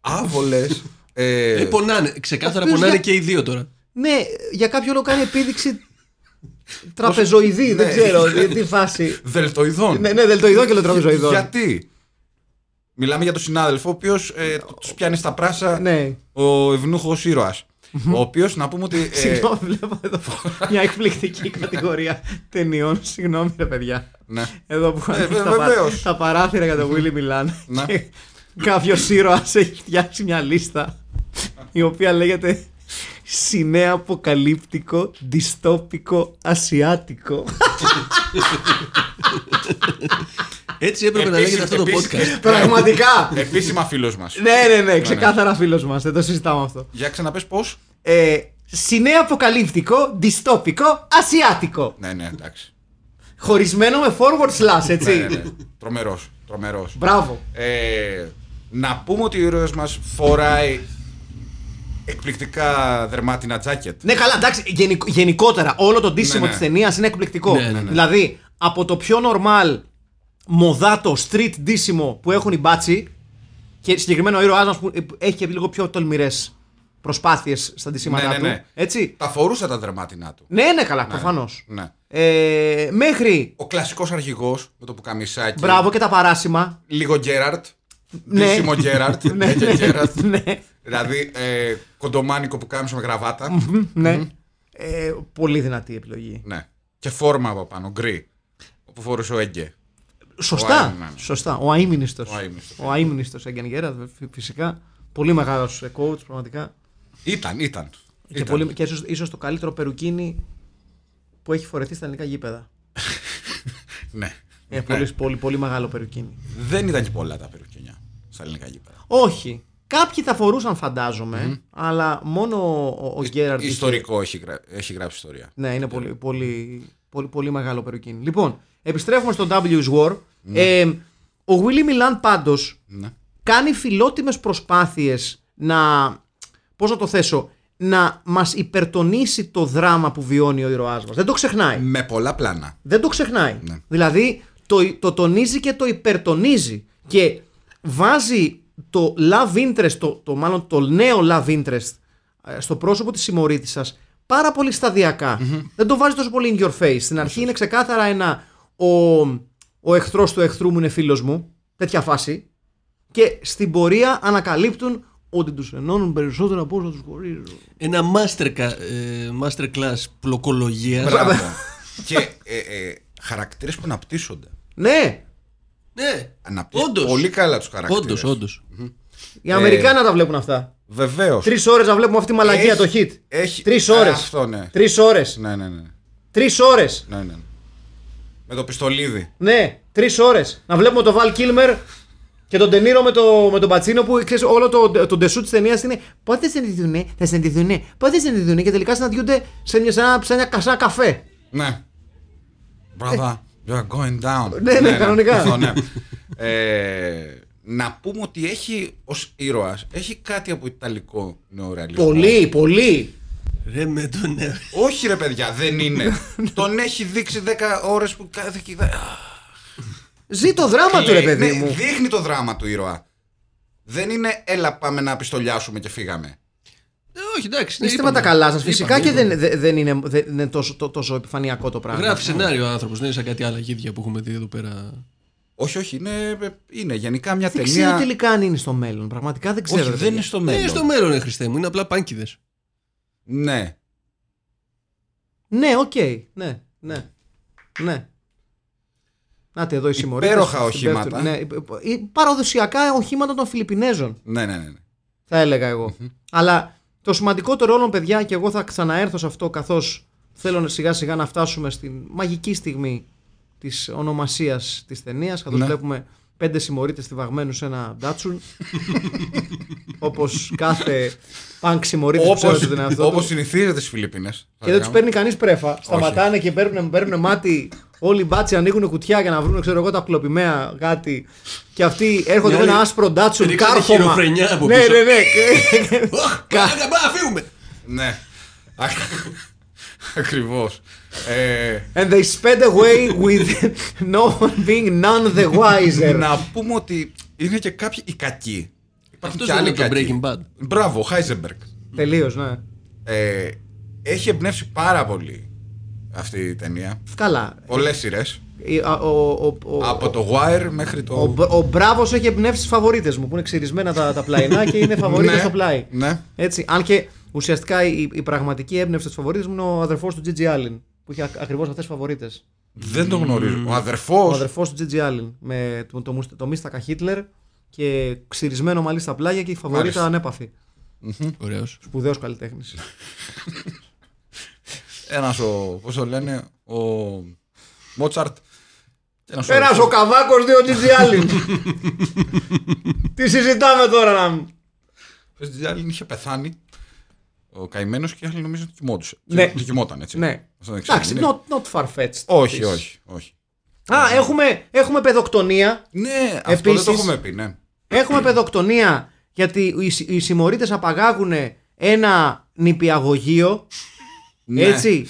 [SPEAKER 4] άβολες ε,
[SPEAKER 5] Ε, πονάνε. Ξεκάθαρα
[SPEAKER 3] ο οποίος
[SPEAKER 5] πονάνε
[SPEAKER 3] για-
[SPEAKER 5] και οι δύο τώρα.
[SPEAKER 3] Ναι, για κάποιο λόγο κάνει επίδειξη τραπεζοειδή, δεν
[SPEAKER 4] Ναι.
[SPEAKER 3] ξέρω τι- τι φάση.
[SPEAKER 4] δελτοειδών.
[SPEAKER 3] ναι, ναι, δελτοειδό και λέω τραπεζοειδό.
[SPEAKER 4] Γιατί. Μιλάμε για τον συνάδελφο, ο οποίος ε, τους πιάνει στα πράσα
[SPEAKER 3] Ναι.
[SPEAKER 4] ο ευνούχος ήρωας. ο οποίος να πούμε ότι. Ε,
[SPEAKER 3] Συγγνώμη, βλέπω εδώ μια εκπληκτική κατηγορία ταινιών. Συγγνώμη, ρε παιδιά.
[SPEAKER 4] ναι.
[SPEAKER 3] Εδώ που
[SPEAKER 4] Ε,
[SPEAKER 3] ανοίγει
[SPEAKER 4] βε-
[SPEAKER 3] τα, πα-
[SPEAKER 4] βεβαίως.
[SPEAKER 3] τα παράθυρα για τον Willy Milan.
[SPEAKER 4] Ναι.
[SPEAKER 3] και Κάποιος ήρωας έχει φτιάξει μια λίστα η οποία λέγεται Συνέα αποκαλύπτικο, διστόπικο, ασιάτικο.
[SPEAKER 5] Έτσι έπρεπε να
[SPEAKER 4] Επίσης-
[SPEAKER 5] λέγεται αυτό το
[SPEAKER 4] επίσης-
[SPEAKER 5] podcast.
[SPEAKER 3] Πραγματικά!
[SPEAKER 4] Επίσημα φίλος μας.
[SPEAKER 3] ναι, ναι, ναι, ξεκάθαρα φίλος μας. Δεν το συζητάμε αυτό.
[SPEAKER 4] Για ξαναπες πώς.
[SPEAKER 3] Ε, συνέα αποκαλύπτικο, διστόπικο, ασιάτικο.
[SPEAKER 4] Ναι, ναι, εντάξει.
[SPEAKER 3] Χωρισμένο με forward slash, έτσι.
[SPEAKER 4] ναι, ναι, ναι. Τρομερός. Τρομερός.
[SPEAKER 3] Μπράβο.
[SPEAKER 4] Ε, να πούμε ότι ο ήρωας μας φοράει εκπληκτικά δερμάτινα τζάκετ.
[SPEAKER 3] Ναι, καλά, εντάξει. γενικ- γενικότερα, όλο το ντύσιμο
[SPEAKER 4] Ναι, ναι.
[SPEAKER 3] της τη ταινίας είναι εκπληκτικό.
[SPEAKER 5] Ναι, ναι, ναι.
[SPEAKER 3] Δηλαδή, από το πιο normal μοδάτο street ντύσιμο που έχουν οι μπάτσι και συγκεκριμένο ο ήρωά μας που ε, έχει και λίγο πιο τολμηρές προσπάθειες στα ντύσιματά
[SPEAKER 4] Ναι, ναι, ναι.
[SPEAKER 3] του. Έτσι.
[SPEAKER 4] Τα φορούσε τα δερμάτινά του.
[SPEAKER 3] Ναι, ναι, καλά, προφανώς.
[SPEAKER 4] Ναι.
[SPEAKER 3] Ε, μέχρι.
[SPEAKER 4] Ο κλασικός αρχηγός με το πουκαμισάκι.
[SPEAKER 3] Μπράβο και τα παράσημα.
[SPEAKER 4] Λίγο Γκέραρτ.
[SPEAKER 3] Ναι.
[SPEAKER 4] Δύσιμο Γκέραρτ.
[SPEAKER 3] ναι,
[SPEAKER 4] και Gerard.
[SPEAKER 3] ναι,
[SPEAKER 4] Δηλαδή ε, κοντομάνικο που κάμισε με γραβάτα.
[SPEAKER 3] ναι. Ε, πολύ δυνατή επιλογή.
[SPEAKER 4] ναι. Και φόρμα από πάνω, γκρι. Που φορούσε ο Έγκε.
[SPEAKER 3] Σωστά.
[SPEAKER 4] Iron Man.
[SPEAKER 3] σωστά. Ο αίμνηστος.
[SPEAKER 4] ναι, Ο αείμνηστος.
[SPEAKER 3] Ο αίμνηστος Εγγενγέρα, φυσικά. Πολύ μεγάλος coach, πραγματικά.
[SPEAKER 4] Ήταν, ήταν.
[SPEAKER 3] Και, πολύ, και ίσως, ίσως το καλύτερο περουκίνι που έχει φορεθεί στα ελληνικά γήπεδα.
[SPEAKER 4] Ναι.
[SPEAKER 3] Ε, πολύ, πολύ, πολύ μεγάλο περουκίνι.
[SPEAKER 4] Δεν ήταν και πολλά τα περουκενιά στα ελληνικά γήπεδα.
[SPEAKER 3] Όχι. Κάποιοι θα φορούσαν, φαντάζομαι, αλλά μόνο ο, ο Γκέραρντ. είχε-
[SPEAKER 4] Ιστορικό έχει, γρα- έχει γράψει ιστορία.
[SPEAKER 3] Ναι, είναι πολύ, πολύ, πολύ, πολύ μεγάλο περουκίνι. Λοιπόν, επιστρέφουμε στο W's War. Ε, ο Willy Milan πάντως
[SPEAKER 4] Ναι.
[SPEAKER 3] κάνει φιλότιμες προσπάθειες να, πώς να το θέσω, να μας υπερτονίσει το δράμα που βιώνει ο ήρωάς μας. Δεν το ξεχνάει.
[SPEAKER 4] Με πολλά πλάνα.
[SPEAKER 3] Δεν το ξεχνάει.
[SPEAKER 4] Ναι.
[SPEAKER 3] Δηλαδή το, το τονίζει και το υπερτονίζει και βάζει το love interest, το, το μάλλον το νέο love interest ε, στο πρόσωπο της συμμορήτησας πάρα πολύ σταδιακά. Δεν το βάζει τόσο πολύ in your face. Στην αρχή είναι ξεκάθαρα ένα ο, ο εχθρός του εχθρού μου είναι φίλος μου, τέτοια φάση και στην πορεία ανακαλύπτουν ότι τους ενώνουν περισσότερο από όσο τους χωρίζουν.
[SPEAKER 5] Ένα masterca- ε, masterclass πλοκολογίας.
[SPEAKER 4] Μπράβο. και ε, ε, χαρακτήρες που αναπτύσσονται.
[SPEAKER 3] Ναι,
[SPEAKER 5] Ναι,
[SPEAKER 4] Αναπτύσσονται
[SPEAKER 5] όντως.
[SPEAKER 4] πολύ καλά τους χαρακτήρες.
[SPEAKER 5] Όντως, όντως.
[SPEAKER 3] οι Αμερικάνα τα βλέπουν αυτά.
[SPEAKER 4] Βεβαίως.
[SPEAKER 3] Τρεις ώρες να βλέπουμε αυτή τη μαλακία
[SPEAKER 4] Έχει-
[SPEAKER 3] το hit.
[SPEAKER 4] έχει-
[SPEAKER 3] Τρεις
[SPEAKER 4] Α,
[SPEAKER 3] ώρες.
[SPEAKER 4] αυτό, ναι.
[SPEAKER 3] Τρεις ώρες.
[SPEAKER 4] Ναι, ναι, ναι.
[SPEAKER 3] Τρεις ώρες.
[SPEAKER 4] ναι, ναι. Με το πιστολίδι.
[SPEAKER 3] Ναι, τρεις ώρες. Να βλέπουμε το Val Kilmer και τον Τενήρο με, το, με τον Πατσίνο που ξέρεις όλο το, το ντεσού της ταινίας είναι πότε συναντηθούνε, θα συναντηθούνε, πότε συναντηθούνε και τελικά συναντιούνται σε, μια, σε, ένα, σε ένα, κα- σε ένα καφέ.
[SPEAKER 4] Ναι. Brother, you are going down.
[SPEAKER 3] Ε. Ναι, ναι, κανονικά.
[SPEAKER 4] αυτό, ναι. Ε, να πούμε ότι έχει ως ήρωας, έχει κάτι από ιταλικό νεορεαλισμό.
[SPEAKER 3] Πολύ, πολύ.
[SPEAKER 5] Ρε με τον νεο-
[SPEAKER 4] Όχι ρε παιδιά, δεν είναι. Τον έχει δείξει 10 ώρες που κάθε κοιτά.
[SPEAKER 3] Ζει το δράμα του, ρε
[SPEAKER 4] Λέει,
[SPEAKER 3] παιδί
[SPEAKER 4] ναι,
[SPEAKER 3] μου.
[SPEAKER 4] Δείχνει το δράμα του ήρωα. Δεν είναι έλα πάμε να πιστολιάσουμε και φύγαμε.
[SPEAKER 5] Ε, Όχι, εντάξει. ναι,
[SPEAKER 3] Είστε με
[SPEAKER 5] είπαμε.
[SPEAKER 3] τα καλά σας. Φυσικά
[SPEAKER 5] Είπαμε,
[SPEAKER 3] και δεν,
[SPEAKER 5] είπαμε.
[SPEAKER 3] δεν- δεν είναι, δεν είναι τόσο, το- τόσο επιφανειακό το πράγμα.
[SPEAKER 5] Γράφει σενάριο ο άνθρωπος, δεν είναι σαν κάτι άλλα γίδια που έχουμε δει εδώ πέρα.
[SPEAKER 4] Όχι, όχι, είναι, είναι γενικά μια
[SPEAKER 3] Δεν
[SPEAKER 4] ταινία.
[SPEAKER 3] ξέρω τελικά αν είναι στο μέλλον. Πραγματικά δεν ξέρω.
[SPEAKER 4] όχι,
[SPEAKER 3] ρε
[SPEAKER 4] δεν
[SPEAKER 3] παιδιά.
[SPEAKER 4] είναι στο
[SPEAKER 5] Δεν
[SPEAKER 4] μέλλον.
[SPEAKER 5] είναι στο μέλλον, ε, Χριστέ μου, είναι απλά πάνκιδες.
[SPEAKER 4] Ναι.
[SPEAKER 3] Ναι, οκ. Ναι, ναι. Ναι. Νάτε εδώ η συμμορία.
[SPEAKER 4] Υπέροχα οχήματα.
[SPEAKER 3] Ναι, ή- παραδοσιακά οχήματα των Φιλιππινέζων,
[SPEAKER 4] Ναι, ναι, ναι. ναι.
[SPEAKER 3] θα έλεγα εγώ. Αλλά το σημαντικότερο όλων, παιδιά, και εγώ θα ξαναέρθω σε αυτό καθώς θέλω σιγά σιγά να φτάσουμε στην μαγική στιγμή της ονομασίας της ταινίας. Καθώ
[SPEAKER 4] Ναι.
[SPEAKER 3] βλέπουμε πέντε συμμορίτες τυβαγμένου σε ένα ντάτσουν. Όπως κάθε πανκ συμμορίτης που ξέρει ότι
[SPEAKER 4] Όπως,
[SPEAKER 3] δεν είναι αυτό.
[SPEAKER 4] όπως συνηθίζεται στις Φιλιππίνες.
[SPEAKER 3] Και δεν τους παίρνει κανείς πρέφα. Σταματάνε και παίρνουν, παίρνουν μάτι. Όλοι οι μπάτσοι ανοίγουν κουτιά για να βρουν, ξέρω εγώ, τα κλοπημαία κάτι. Και αυτοί έρχονται
[SPEAKER 5] Μια
[SPEAKER 3] με ένα
[SPEAKER 5] άλλη-
[SPEAKER 3] άσπρο ντάτσουν
[SPEAKER 5] ρίξανε
[SPEAKER 3] κάρφωμα.
[SPEAKER 5] χειροφρενιά από
[SPEAKER 3] ναι,
[SPEAKER 5] πίσω.
[SPEAKER 3] ναι, ναι. Και-
[SPEAKER 5] Κάτσε, μπα, φύγουμε.
[SPEAKER 4] Ναι. Ακριβώς. Ε,
[SPEAKER 3] And they sped away with no one being none the wiser.
[SPEAKER 4] να πούμε ότι είναι και κάποιοι οι κακοί. Υπάρχουν και
[SPEAKER 5] Αυτός δεν
[SPEAKER 4] άλλοι
[SPEAKER 5] είναι
[SPEAKER 4] κακοί.
[SPEAKER 5] το Breaking Bad.
[SPEAKER 4] Μπράβο, Χάιζεμπεργκ.
[SPEAKER 3] Τελείως, ναι.
[SPEAKER 4] Ε, έχει εμπνεύσει πάρα πολύ αυτή η ταινία.
[SPEAKER 3] Καλά.
[SPEAKER 4] Πολλές σειρές.
[SPEAKER 3] Η- α- Ο, ο, ο,
[SPEAKER 4] Από το Wire μέχρι το.
[SPEAKER 3] ο, Μπ- ο Μπράβος έχει εμπνεύσει τις φαβορίτες μου που είναι ξυρισμένα τα, τα πλαϊνά και είναι φαβορίτες
[SPEAKER 4] Ναι,
[SPEAKER 3] στο πλάι.
[SPEAKER 4] ναι.
[SPEAKER 3] Έτσι, αν και ουσιαστικά η, η πραγματική έμπνευση της φαβορίτης μου είναι ο αδερφός του Gigi Allen που είχε ακριβώς αυτές τις φαβορίτες.
[SPEAKER 4] Δεν το γνωρίζω. Ο
[SPEAKER 3] Ο
[SPEAKER 4] αδερφός.
[SPEAKER 3] αδερφός του Gigi Allen με το, το, μουσ- το μίστακα Χίτλερ και ξυρισμένο μαλλί στα πλάγια και η φαβορίτα
[SPEAKER 4] Μάλιστα.
[SPEAKER 3] ανέπαφη.
[SPEAKER 5] Ωραίος.
[SPEAKER 3] Σπουδαίος καλλιτέχνης.
[SPEAKER 4] Ένας ο. Πώς το λένε. Ο. Μότσαρτ. Ένας
[SPEAKER 3] Ένα ο Καβάκος, δύο Gigi Allen. τι συζητάμε τώρα να μου.
[SPEAKER 4] Ο Τζάλιν είχε πεθάνει. Ο καημένος και οι άλλοι νομίζω ότι κοιμόντουσε.
[SPEAKER 3] Ναι.
[SPEAKER 4] Και κοιμόταν έτσι.
[SPEAKER 3] Ναι.
[SPEAKER 4] Αυτό δεν ξέρω.
[SPEAKER 3] Εντάξει,
[SPEAKER 4] Ναι.
[SPEAKER 3] not, not far-fetched.
[SPEAKER 4] Όχι, όχι, όχι.
[SPEAKER 3] Α, έχουμε, έχουμε παιδοκτονία.
[SPEAKER 4] Ναι, αυτό δεν
[SPEAKER 3] Επίσης-
[SPEAKER 4] το έχουμε πει, ναι.
[SPEAKER 3] Έχουμε παιδοκτονία γιατί οι, συ- οι συμμορίτες απαγάγουν ένα νηπιαγωγείο,
[SPEAKER 4] Ναι.
[SPEAKER 3] έτσι,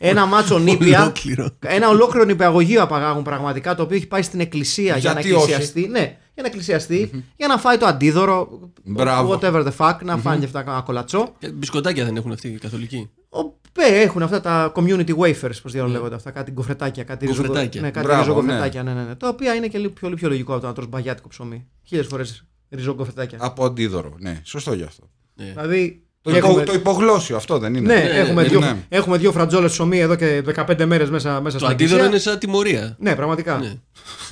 [SPEAKER 3] ένα μάτσο νήπια.
[SPEAKER 5] Ολόκληρο.
[SPEAKER 3] Ένα ολόκληρο νηπιαγωγείο απαγάγουν πραγματικά, το οποίο έχει πάει στην εκκλησία για να
[SPEAKER 4] Γιατί όχι.
[SPEAKER 3] εκκλησιαστεί. Ναι, για να εκκλησιαστεί, για να φάει το αντίδωρο.
[SPEAKER 4] Μπράβο.
[SPEAKER 3] Whatever the fuck, να φάνε και αυτά ένα κολατσό.
[SPEAKER 5] Ε, Μπισκοτάκια δεν έχουν αυτοί οι καθολικοί.
[SPEAKER 3] Οπέ, έχουν αυτά τα community wafers, πώς λέγονται αυτά, κάτι κοφρετάκια. Κάτι ριζο-
[SPEAKER 5] Κοφρετάκια.
[SPEAKER 3] Ναι, κάτι
[SPEAKER 4] Ναι. Μπράβο,
[SPEAKER 3] ριζοκοφρετάκια, ναι, ναι, ναι. Τα οποία είναι και λίγο πιο, πιο λογικό από το να τρως μπαγιάτικο ψωμί. Χίλιες φορές ριζοκοφρετάκια.
[SPEAKER 4] Από αντίδωρο. Ναι, σωστό γι' αυτό.
[SPEAKER 3] Δηλαδή.
[SPEAKER 4] Το, υπο,
[SPEAKER 3] έχουμε...
[SPEAKER 4] το υπογλώσιο αυτό δεν είναι.
[SPEAKER 3] Ναι, έχουμε,
[SPEAKER 4] ναι,
[SPEAKER 3] δύο,
[SPEAKER 4] ναι.
[SPEAKER 3] έχουμε δύο φρατζόλες ψωμί εδώ και 15 μέρες μέσα, μέσα
[SPEAKER 5] Το
[SPEAKER 3] στην
[SPEAKER 5] αντίδωρο
[SPEAKER 3] εκκλησία.
[SPEAKER 5] είναι σαν τιμωρία.
[SPEAKER 3] Ναι, πραγματικά.
[SPEAKER 5] Ναι.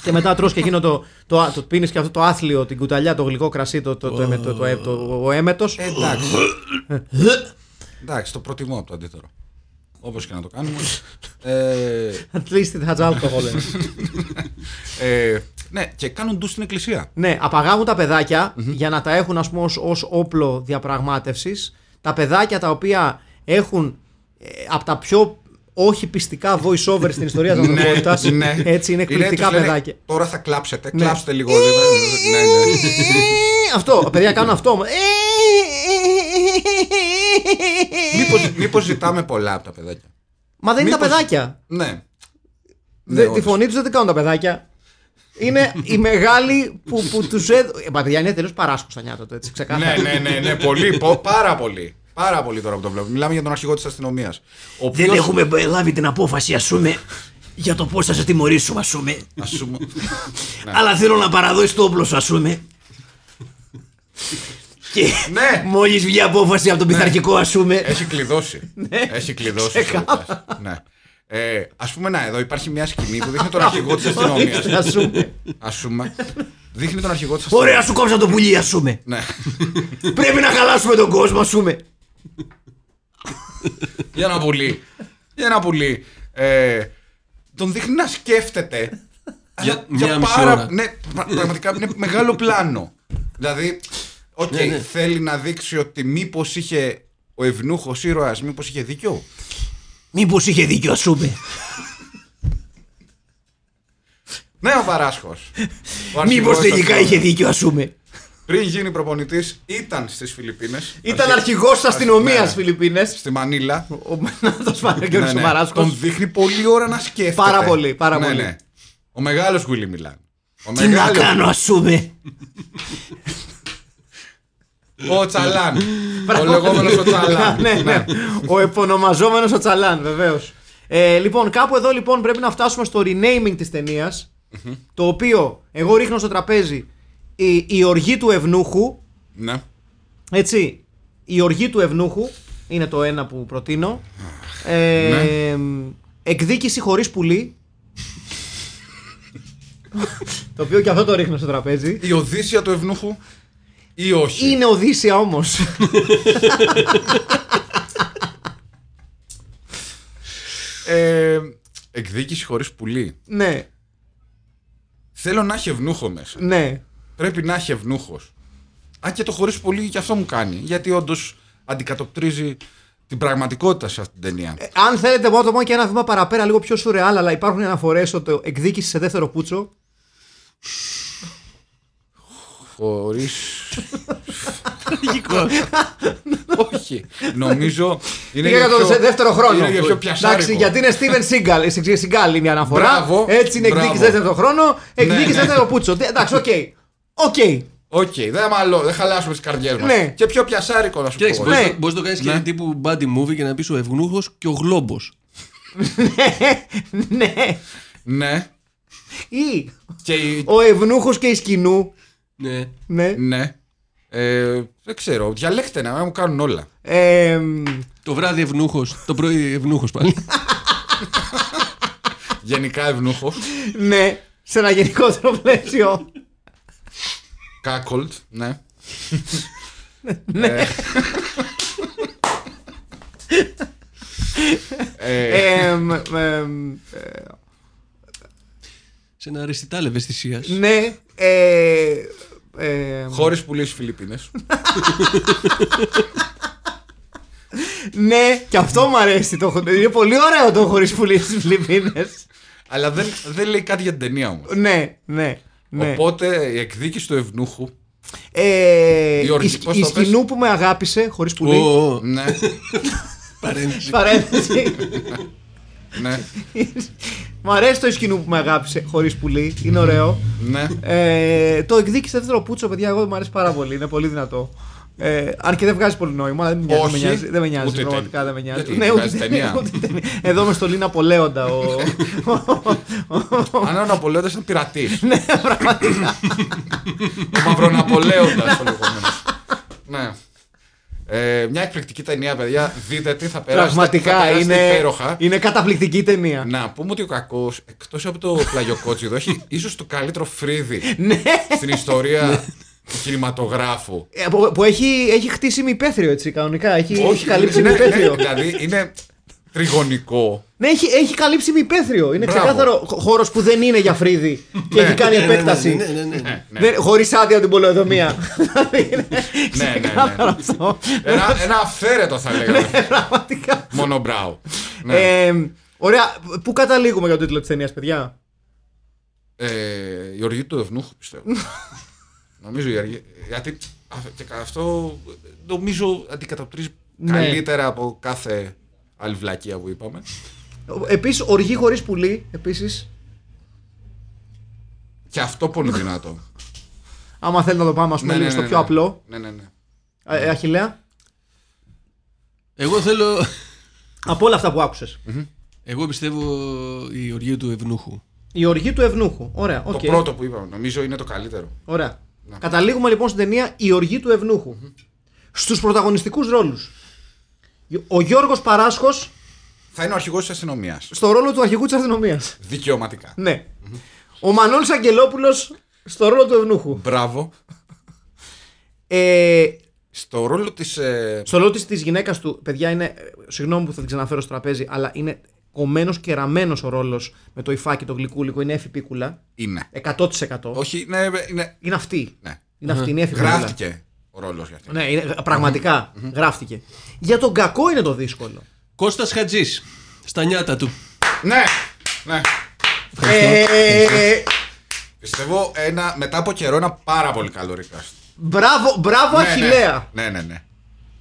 [SPEAKER 3] Και μετά τρως και εκείνο το, το, α- το πίνεις και αυτό το άθλιο, την κουταλιά, το γλυκό κρασί, το, το, το, εμε- το, το, ε- το- ο έμετος.
[SPEAKER 5] Ε.
[SPEAKER 4] Εντάξει. Εντάξει, το προτιμώ από το αντίθετο. Όπως και να το κάνουμε. ε,
[SPEAKER 3] At least it has alcohol. in it.
[SPEAKER 4] ε, ναι, και κάνουν ντους στην εκκλησία.
[SPEAKER 3] ναι, απαγάγουν τα παιδακια για να τα έχουν ας πούμε ως, ως όπλο διαπραγμάτευσης. Τα παιδάκια τα οποία έχουν ε, από τα πιο όχι πιστικά voice-over στην ιστορία
[SPEAKER 5] Ναι,
[SPEAKER 3] της ανθρωπότητας. Έτσι είναι εκπληκτικά
[SPEAKER 4] τους Ναι, λένε,
[SPEAKER 3] παιδάκια.
[SPEAKER 4] Τώρα θα κλάψετε. Κλάψτε λίγο. δεν- ναι, ναι.
[SPEAKER 3] Ε, αυτό, παιδιά κάνουν αυτό. Ε,
[SPEAKER 4] Μήπως, μήπως ζητάμε πολλά από τα παιδάκια.
[SPEAKER 3] Μα δεν είναι τα
[SPEAKER 4] μήπως-
[SPEAKER 3] παιδάκια.
[SPEAKER 4] Ναι.
[SPEAKER 3] Δε-
[SPEAKER 4] όντως.
[SPEAKER 3] τη φωνή τους δεν την κάνουν τα παιδάκια. Είναι οι μεγάλοι που, που τους έδωσαν. Ε, μα παιδιά είναι τελείως παράσκουστα νιάτα το έτσι, ξεκάθαρα.
[SPEAKER 4] ναι, ναι, ναι, ναι, πολύ, πο- πάρα πολύ. Πάρα πολύ τώρα που το βλέπω. Μιλάμε για τον αρχηγό της αστυνομίας. Ο
[SPEAKER 6] Δεν
[SPEAKER 4] οποίος-
[SPEAKER 6] έχουμε λάβει την απόφαση, ας πούμε, για το πώς θα σε τιμωρήσουμε, ας πούμε.
[SPEAKER 4] Ας σου-
[SPEAKER 6] Αλλά θέλω να παραδώσει το όπλο σου, ας πούμε. Και
[SPEAKER 4] Ναι.
[SPEAKER 6] μόλις βγει απόφαση από τον πειθαρχικό, ας πούμε.
[SPEAKER 4] Έχει κλειδώσει.
[SPEAKER 6] Ναι,
[SPEAKER 4] Έχει κλειδώσει. Σουλουτάς. ναι. Ε, Ας πούμε, να, εδώ υπάρχει μια σκηνή που δείχνει τον αρχηγό της αστυνομία.
[SPEAKER 3] Ας πούμε.
[SPEAKER 4] Ας πούμε. Δείχνει τον αρχηγό της αστυνομία.
[SPEAKER 6] Ωραία, σου κόψα το πουλί, ας πούμε.
[SPEAKER 4] Ναι.
[SPEAKER 6] Πρέπει να χαλάσουμε τον κόσμο, ας πούμε.
[SPEAKER 4] Για να πουλεί. Για να πουλεί. Ε, τον δείχνει να σκέφτεται.
[SPEAKER 5] Για
[SPEAKER 4] αλλά
[SPEAKER 5] μία μισή ώρα.
[SPEAKER 4] Ναι, πρα- πραγματικά είναι μεγάλο πλάνο. Δηλαδή, οκ,
[SPEAKER 5] Ναι, ναι.
[SPEAKER 4] θέλει να δείξει ότι μήπως είχε ο ευνούχο ήρωας, μήπως είχε δίκιο.
[SPEAKER 6] Μήπως είχε δίκιο, ας πούμε.
[SPEAKER 4] Ναι, ο παράσχος.
[SPEAKER 6] Μήπω τελικά είχε δίκιο, ας πούμε.
[SPEAKER 4] Πριν γίνει προπονητής, ήταν στις Φιλιππίνες.
[SPEAKER 3] Ήταν αρχηγό τη αστυνομίας
[SPEAKER 4] Ναι.
[SPEAKER 3] Φιλιππίνες.
[SPEAKER 4] Στη Μανίλα.
[SPEAKER 3] Ο Μενάδο Παναγιώτη
[SPEAKER 4] Ναι, ναι. Τον δείχνει πολλή ώρα να σκέφτεται.
[SPEAKER 3] Πάρα πολύ, πάρα
[SPEAKER 4] Ναι,
[SPEAKER 3] πολύ.
[SPEAKER 4] ναι. Ο μεγάλος Γουίλι Μιλάν. Ο
[SPEAKER 6] Τι να
[SPEAKER 4] μεγάλος,
[SPEAKER 6] κάνω, ας πούμε.
[SPEAKER 4] Ο Τσαλάν. ο λεγόμενος ο Τσαλάν.
[SPEAKER 3] ναι, ναι. Ο επωνομαζόμενος ο Τσαλάν, βεβαίως. Ε, λοιπόν, κάπου εδώ λοιπόν πρέπει να φτάσουμε στο renaming της ταινια Το οποίο εγώ ρίχνω στο τραπέζι η, η οργή του ευνούχου.
[SPEAKER 4] Ναι.
[SPEAKER 3] Έτσι, η οργή του ευνούχου είναι το ένα που προτείνω.
[SPEAKER 4] Ναι.
[SPEAKER 3] Ε, Εκδίκηση χωρίς πουλί. το οποίο και αυτό το ρίχνω στο τραπέζι.
[SPEAKER 4] Η Οδύσσια του Ευνούχου ή όχι.
[SPEAKER 3] Είναι Οδύσσια όμως.
[SPEAKER 4] Ε, εκδίκηση χωρίς πουλί.
[SPEAKER 3] ναι,
[SPEAKER 4] Θέλω να έχει ευνούχο μέσα.
[SPEAKER 3] ναι.
[SPEAKER 4] Πρέπει να έχει ευνούχος. Αν και το χωρίς πουλί και αυτό μου κάνει. Γιατί όντως αντικατοπτρίζει την πραγματικότητα σε αυτή την ταινία.
[SPEAKER 3] Αν θέλετε, μπορώ να το πω και ένα βήμα παραπέρα, λίγο πιο σουρεάλ, αλλά υπάρχουν αναφορές ότι εκδίκηση σε δεύτερο πούτσο.
[SPEAKER 4] Χωρίς.
[SPEAKER 5] Τραγικό.
[SPEAKER 4] όχι. Νομίζω. Είναι
[SPEAKER 3] Πήγα για τον
[SPEAKER 4] πιο-
[SPEAKER 3] σε δεύτερο χρόνο.
[SPEAKER 4] Είναι για πιο πιασάρικο.
[SPEAKER 3] Εντάξει, γιατί είναι Steven Seagal. Εσύ ξέρεις, Seagal είναι η αναφορά.
[SPEAKER 4] Μπράβο,
[SPEAKER 3] Έτσι είναι εκδίκηση
[SPEAKER 4] μπράβο.
[SPEAKER 3] σε δεύτερο χρόνο, εκδίκηση σε
[SPEAKER 4] ναι.
[SPEAKER 3] δεύτερο πούτσο. Δε- Εντάξει, οκ. Οκ.
[SPEAKER 4] Οκ, δεν μαλώ, δεν χαλάσουμε τις καρδιές μας.
[SPEAKER 3] Ναι.
[SPEAKER 4] Και πιο πιασάρικο να σου
[SPEAKER 5] Κοίταξε,
[SPEAKER 4] πω.
[SPEAKER 5] μπορείς
[SPEAKER 3] Ναι.
[SPEAKER 5] να μπορείς να το κάνεις και
[SPEAKER 4] Ναι.
[SPEAKER 5] ένα τύπου body movie και να πεις ο Ευγνούχος και ο Γλόμπος.
[SPEAKER 3] Ναι.
[SPEAKER 4] Ναι.
[SPEAKER 3] Ή
[SPEAKER 4] Και η-
[SPEAKER 3] ο Ευνούχο και η σκηνού.
[SPEAKER 5] Ναι.
[SPEAKER 3] Ναι.
[SPEAKER 4] Ναι. Ε, δεν ξέρω. Διαλέξτε να να μου κάνουν όλα.
[SPEAKER 3] Ε,
[SPEAKER 5] Το βράδυ Ευνούχος, το πρωί Ευνούχος πάλι.
[SPEAKER 4] Γενικά ευνούχος.
[SPEAKER 3] ναι, σε ένα γενικότερο πλαίσιο.
[SPEAKER 4] Κάκολτ. Ναι. Ε, ε,
[SPEAKER 3] Ε, μ, ε, μ, ε,
[SPEAKER 5] Σε ένα αριστητά λευαισθησία.
[SPEAKER 3] ναι. ε, ε,
[SPEAKER 4] Χώρε που λέει Φιλιππίνες.
[SPEAKER 3] ναι, και αυτό μου αρέσει. Το, χω- είναι πολύ ωραίο το χωρίς πουλί στι Φιλιππίνες.
[SPEAKER 4] Αλλά δεν, δεν λέει κάτι για την ταινία όμως.
[SPEAKER 3] ναι, ναι. ναι.
[SPEAKER 4] Οπότε η εκδίκηση του ευνούχου.
[SPEAKER 3] Ε,
[SPEAKER 4] Η
[SPEAKER 3] η,
[SPEAKER 4] οργή,
[SPEAKER 3] σκ-
[SPEAKER 4] πώς
[SPEAKER 3] η
[SPEAKER 4] το πες?
[SPEAKER 3] σκηνού που με αγάπησε χωρίς
[SPEAKER 5] Ω,
[SPEAKER 3] πουλί.
[SPEAKER 5] ω, ω,
[SPEAKER 4] Ναι,
[SPEAKER 5] Παρένθεση.
[SPEAKER 3] Παρένθεση.
[SPEAKER 4] ναι,
[SPEAKER 3] μου αρέσει το σκηνού που με αγάπησε χωρίς πουλί. Είναι ωραίο.
[SPEAKER 4] ναι.
[SPEAKER 3] Ε, το εκδίκησε δεύτερο πούτσο, παιδιά. Εγώ μου αρέσει πάρα πολύ. Είναι πολύ δυνατό. Ε, αν και δεν βγάζει πολύ νόημα, αλλά δεν με νοιάζει.
[SPEAKER 4] Όχι.
[SPEAKER 3] δεν με νοιάζει, δεν με νοιάζει
[SPEAKER 4] Ούτε
[SPEAKER 3] πραγματικά
[SPEAKER 4] ταινία.
[SPEAKER 3] δεν με νοιάζει.
[SPEAKER 4] Γιατί βγάζει ταινία.
[SPEAKER 3] ούτε ταινία. Εδώ με στολή Ναπολέοντα. Ο...
[SPEAKER 4] Αν ο Ναπολέοντας ήταν πειρατής. Ναι, πραγματικά. Ο Μαυροναπολέοντας ο λεγόμενος. Ναι. Ε, μια εκπληκτική ταινία, παιδιά. Δείτε τι θα περάσει.
[SPEAKER 3] Πραγματικά είναι,
[SPEAKER 4] υπέροχα.
[SPEAKER 3] είναι καταπληκτική ταινία.
[SPEAKER 4] Να πούμε ότι ο κακός, εκτός από το πλαγιοκότσιδο, έχει ίσως το καλύτερο φρύδι
[SPEAKER 3] ναι.
[SPEAKER 4] στην ιστορία του κινηματογράφου.
[SPEAKER 3] Ε, Που, που έχει, έχει χτίσει μυπέθριο έτσι κανονικά. Έχει, έχει καλύψει
[SPEAKER 4] ναι, ναι,
[SPEAKER 3] μυπέθριο.
[SPEAKER 4] δηλαδή είναι τριγωνικό.
[SPEAKER 3] ναι, έχει, έχει καλύψει μυπέθριο. Είναι
[SPEAKER 4] Μπράβο.
[SPEAKER 3] ξεκάθαρο χώρος που δεν είναι για φρύδι και έχει κάνει επέκταση.
[SPEAKER 5] Ναι, ναι, ναι, ναι.
[SPEAKER 4] Ναι.
[SPEAKER 3] Χωρίς άδεια την πολεοδομία.
[SPEAKER 4] Ναι, ναι, ναι.
[SPEAKER 3] Ξεκάθαρο αυτό.
[SPEAKER 4] Ένα, ένα αυθαίρετο θα λέγαμε.
[SPEAKER 3] Πραγματικά.
[SPEAKER 4] Μονομπράου. Ναι.
[SPEAKER 3] Ναι. Ε, Ωραία, πού καταλήγουμε για τον τίτλο της ταινίας, παιδιά.
[SPEAKER 4] Ε, η οργή του Ευνούχου, πιστεύω. νομίζω η οργή. Γιατί α- και κα- αυτό νομίζω αντικατοπτρίζει
[SPEAKER 3] Ναι.
[SPEAKER 4] καλύτερα από κάθε άλλη βλακεία που είπαμε.
[SPEAKER 3] Επίσης, οργή χωρίς πουλί. Επίσης,
[SPEAKER 4] και αυτό πολύ δυνατό.
[SPEAKER 3] άμα θέλετε να το πάμε, ας πούμε, λίγο στο πιο απλό.
[SPEAKER 4] Ναι, ναι, ναι.
[SPEAKER 3] Ε, ε, Αχιλέα,
[SPEAKER 5] Εγώ θέλω.
[SPEAKER 3] από όλα αυτά που άκουσες.
[SPEAKER 5] Εγώ πιστεύω η οργή του Ευνούχου.
[SPEAKER 3] Η οργή του Ευνούχου. Ωραία, οκ.
[SPEAKER 4] Το πρώτο που είπαμε, νομίζω είναι το καλύτερο.
[SPEAKER 3] Ωραία. Καταλήγουμε λοιπόν στην ταινία Η οργή του Ευνούχου. Στους πρωταγωνιστικούς ρόλους. Ο Γιώργος Παράσχος
[SPEAKER 4] Θα είναι ο αρχηγός της αστυνομίας.
[SPEAKER 3] στο ρόλο του αρχηγού της αστυνομίας.
[SPEAKER 4] Δικαιωματικά.
[SPEAKER 3] Ναι. Ο Μανώλης Αγγελόπουλος στο ρόλο του Ευνούχου.
[SPEAKER 4] Μπράβο.
[SPEAKER 3] Ε,
[SPEAKER 4] Στο ρόλο της. Ε,
[SPEAKER 3] στο ρόλο της, της γυναίκας του, παιδιά, είναι, ε, συγγνώμη που θα την ξαναφέρω στο τραπέζι, αλλά είναι κομμένος και ραμμένος ο ρόλος με το υφάκι, το γλυκούλικο, είναι εφηπίκουλα.
[SPEAKER 4] είναι.
[SPEAKER 3] 100%.
[SPEAKER 4] Όχι, ναι, είναι.
[SPEAKER 3] Είναι αυτή.
[SPEAKER 4] Ναι.
[SPEAKER 3] Είναι αυτή, είναι εφηπίκουλα.
[SPEAKER 4] Γράφτηκε ο ρόλος για αυτό.
[SPEAKER 3] Ναι, είναι, πραγματικα γράφτηκε. Για τον κακό είναι το δύσκολο.
[SPEAKER 5] Κώστας Χατζής. Στα νιάτα του.
[SPEAKER 4] Ναι! ναι.
[SPEAKER 3] Ε, ε,
[SPEAKER 4] Πιστεύω ένα, μετά από καιρό ένα πάρα πολύ καλό recast.
[SPEAKER 3] μπράβο, μπράβο
[SPEAKER 4] Ναι,
[SPEAKER 3] Αχιλέα.
[SPEAKER 4] Ναι, ναι, ναι. ναι.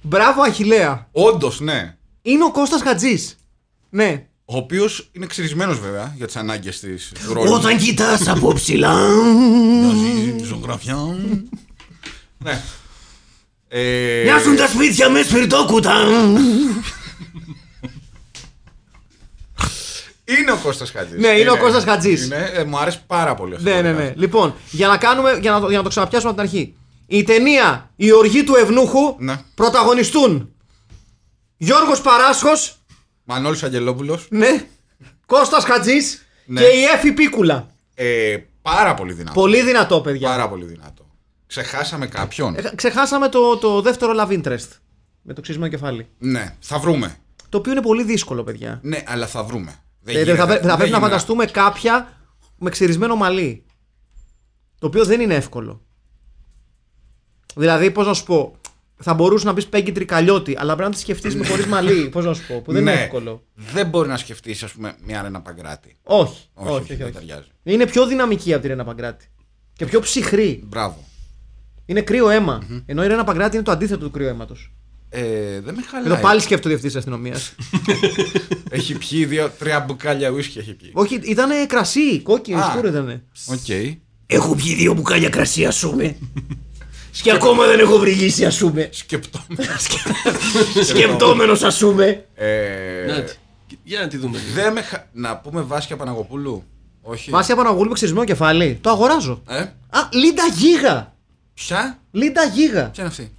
[SPEAKER 3] Μπράβο Αχιλέα.
[SPEAKER 4] Όντως, ναι.
[SPEAKER 3] Είναι ο Κώστας Χατζής. Ναι.
[SPEAKER 4] Ο οποίος είναι ξυρισμένος βέβαια για τις ανάγκες της ρόλη.
[SPEAKER 6] Όταν κοιτάς από ψηλά.
[SPEAKER 4] Μοιάζει ζωγραφιά. ναι. Ε,
[SPEAKER 6] Μοιάζουν τα σπίτια με σπιρτόκουτα.
[SPEAKER 4] Είναι ο Κώστας Χατζής.
[SPEAKER 3] Ναι, είναι ο Κώστας Χατζής.
[SPEAKER 4] Είναι, ε, μου αρέσει πάρα πολύ αυτό.
[SPEAKER 3] Ναι,
[SPEAKER 4] το
[SPEAKER 3] ναι,
[SPEAKER 4] recast.
[SPEAKER 3] ναι. Λοιπόν, για να, κάνουμε, για να, το- για να το ξαναπιάσουμε από την αρχή. Η ταινία Η Οργή του Ευνούχου
[SPEAKER 4] Ναι.
[SPEAKER 3] πρωταγωνιστούν Γιώργος Παράσχος,
[SPEAKER 4] Μανώλης Αγγελόπουλος.
[SPEAKER 3] ναι, Κώστας Χατζής
[SPEAKER 4] Ναι.
[SPEAKER 3] και η Εφη Πίκουλα.
[SPEAKER 4] Ε, Πάρα πολύ δυνατό.
[SPEAKER 3] Πολύ δυνατό, παιδιά.
[SPEAKER 4] Πάρα πολύ δυνατό. Ξεχάσαμε κάποιον.
[SPEAKER 3] Ε, Ξεχάσαμε το, το δεύτερο love interest. Με το ξύσιμο κεφάλι.
[SPEAKER 4] Ναι, θα βρούμε.
[SPEAKER 3] Το οποίο είναι πολύ δύσκολο, παιδιά.
[SPEAKER 4] Ναι, αλλά θα βρούμε. Δεν
[SPEAKER 3] Ε,
[SPEAKER 4] γίνεται,
[SPEAKER 3] θα, πρέ- θα
[SPEAKER 4] δεν
[SPEAKER 3] πρέπει να
[SPEAKER 4] γίνεται.
[SPEAKER 3] φανταστούμε κάποια με ξυρισμένο μαλλί. Το οποίο δεν είναι εύκολο. Δηλαδή, πώς να σου πω. Θα μπορούσε να πεις Πέγκη Τρικαλιώτη, αλλά πρέπει να τη σκεφτείς με χωρίς μαλλί. Πώς να σου πω, που δεν είναι
[SPEAKER 4] Ναι.
[SPEAKER 3] εύκολο.
[SPEAKER 4] Δεν μπορεί να σκεφτείς, ας πούμε, μια Ρένα Παγκράτη.
[SPEAKER 3] Όχι.
[SPEAKER 4] Όχι,
[SPEAKER 3] όχι, όχι,
[SPEAKER 4] δεν
[SPEAKER 3] όχι.
[SPEAKER 4] ταιριάζει.
[SPEAKER 3] Είναι πιο δυναμική από τη Ρένα Παγκράτη. Και πιο ψυχρή.
[SPEAKER 4] Μπράβο.
[SPEAKER 3] Είναι κρύο αίμα. Ενώ η Ρένα Παγκράτη είναι το αντίθετο του κρύου αίματος.
[SPEAKER 4] Ε, δεν με χαλάει.
[SPEAKER 3] Εδώ πάλι σκέφτεται ο διευθυντή αστυνομίας.
[SPEAKER 4] Έχει πιει δύο, τρία μπουκάλια ουίσκι έχει πιει.
[SPEAKER 3] όχι, ήταν κρασί, κόκκινο,
[SPEAKER 4] Α.
[SPEAKER 3] σκούρο ήταν.
[SPEAKER 4] Οκ.
[SPEAKER 6] Έχω πιει δύο μπουκάλια κρασί, ας πούμε. Και ακόμα δεν έχω βρει λύση, ας πούμε.
[SPEAKER 4] Σκεπτόμενος.
[SPEAKER 6] Σκεπτόμενος, ας πούμε.
[SPEAKER 4] Ε,
[SPEAKER 3] Ναι,
[SPEAKER 5] Να τη. Για να τη δούμε.
[SPEAKER 3] Λοιπόν,
[SPEAKER 5] λίγο.
[SPEAKER 4] δεν με χα- Να πούμε Βάσια Παναγοπούλου. Όχι.
[SPEAKER 3] Βάση Απαναγούλη με ξυρισμένο κεφάλι. Το αγοράζω.
[SPEAKER 4] Ε,
[SPEAKER 3] Α, Λίντα Γίγα!
[SPEAKER 4] ποια?
[SPEAKER 3] Λίντα Γίγα!
[SPEAKER 4] Ποια είναι αυτή.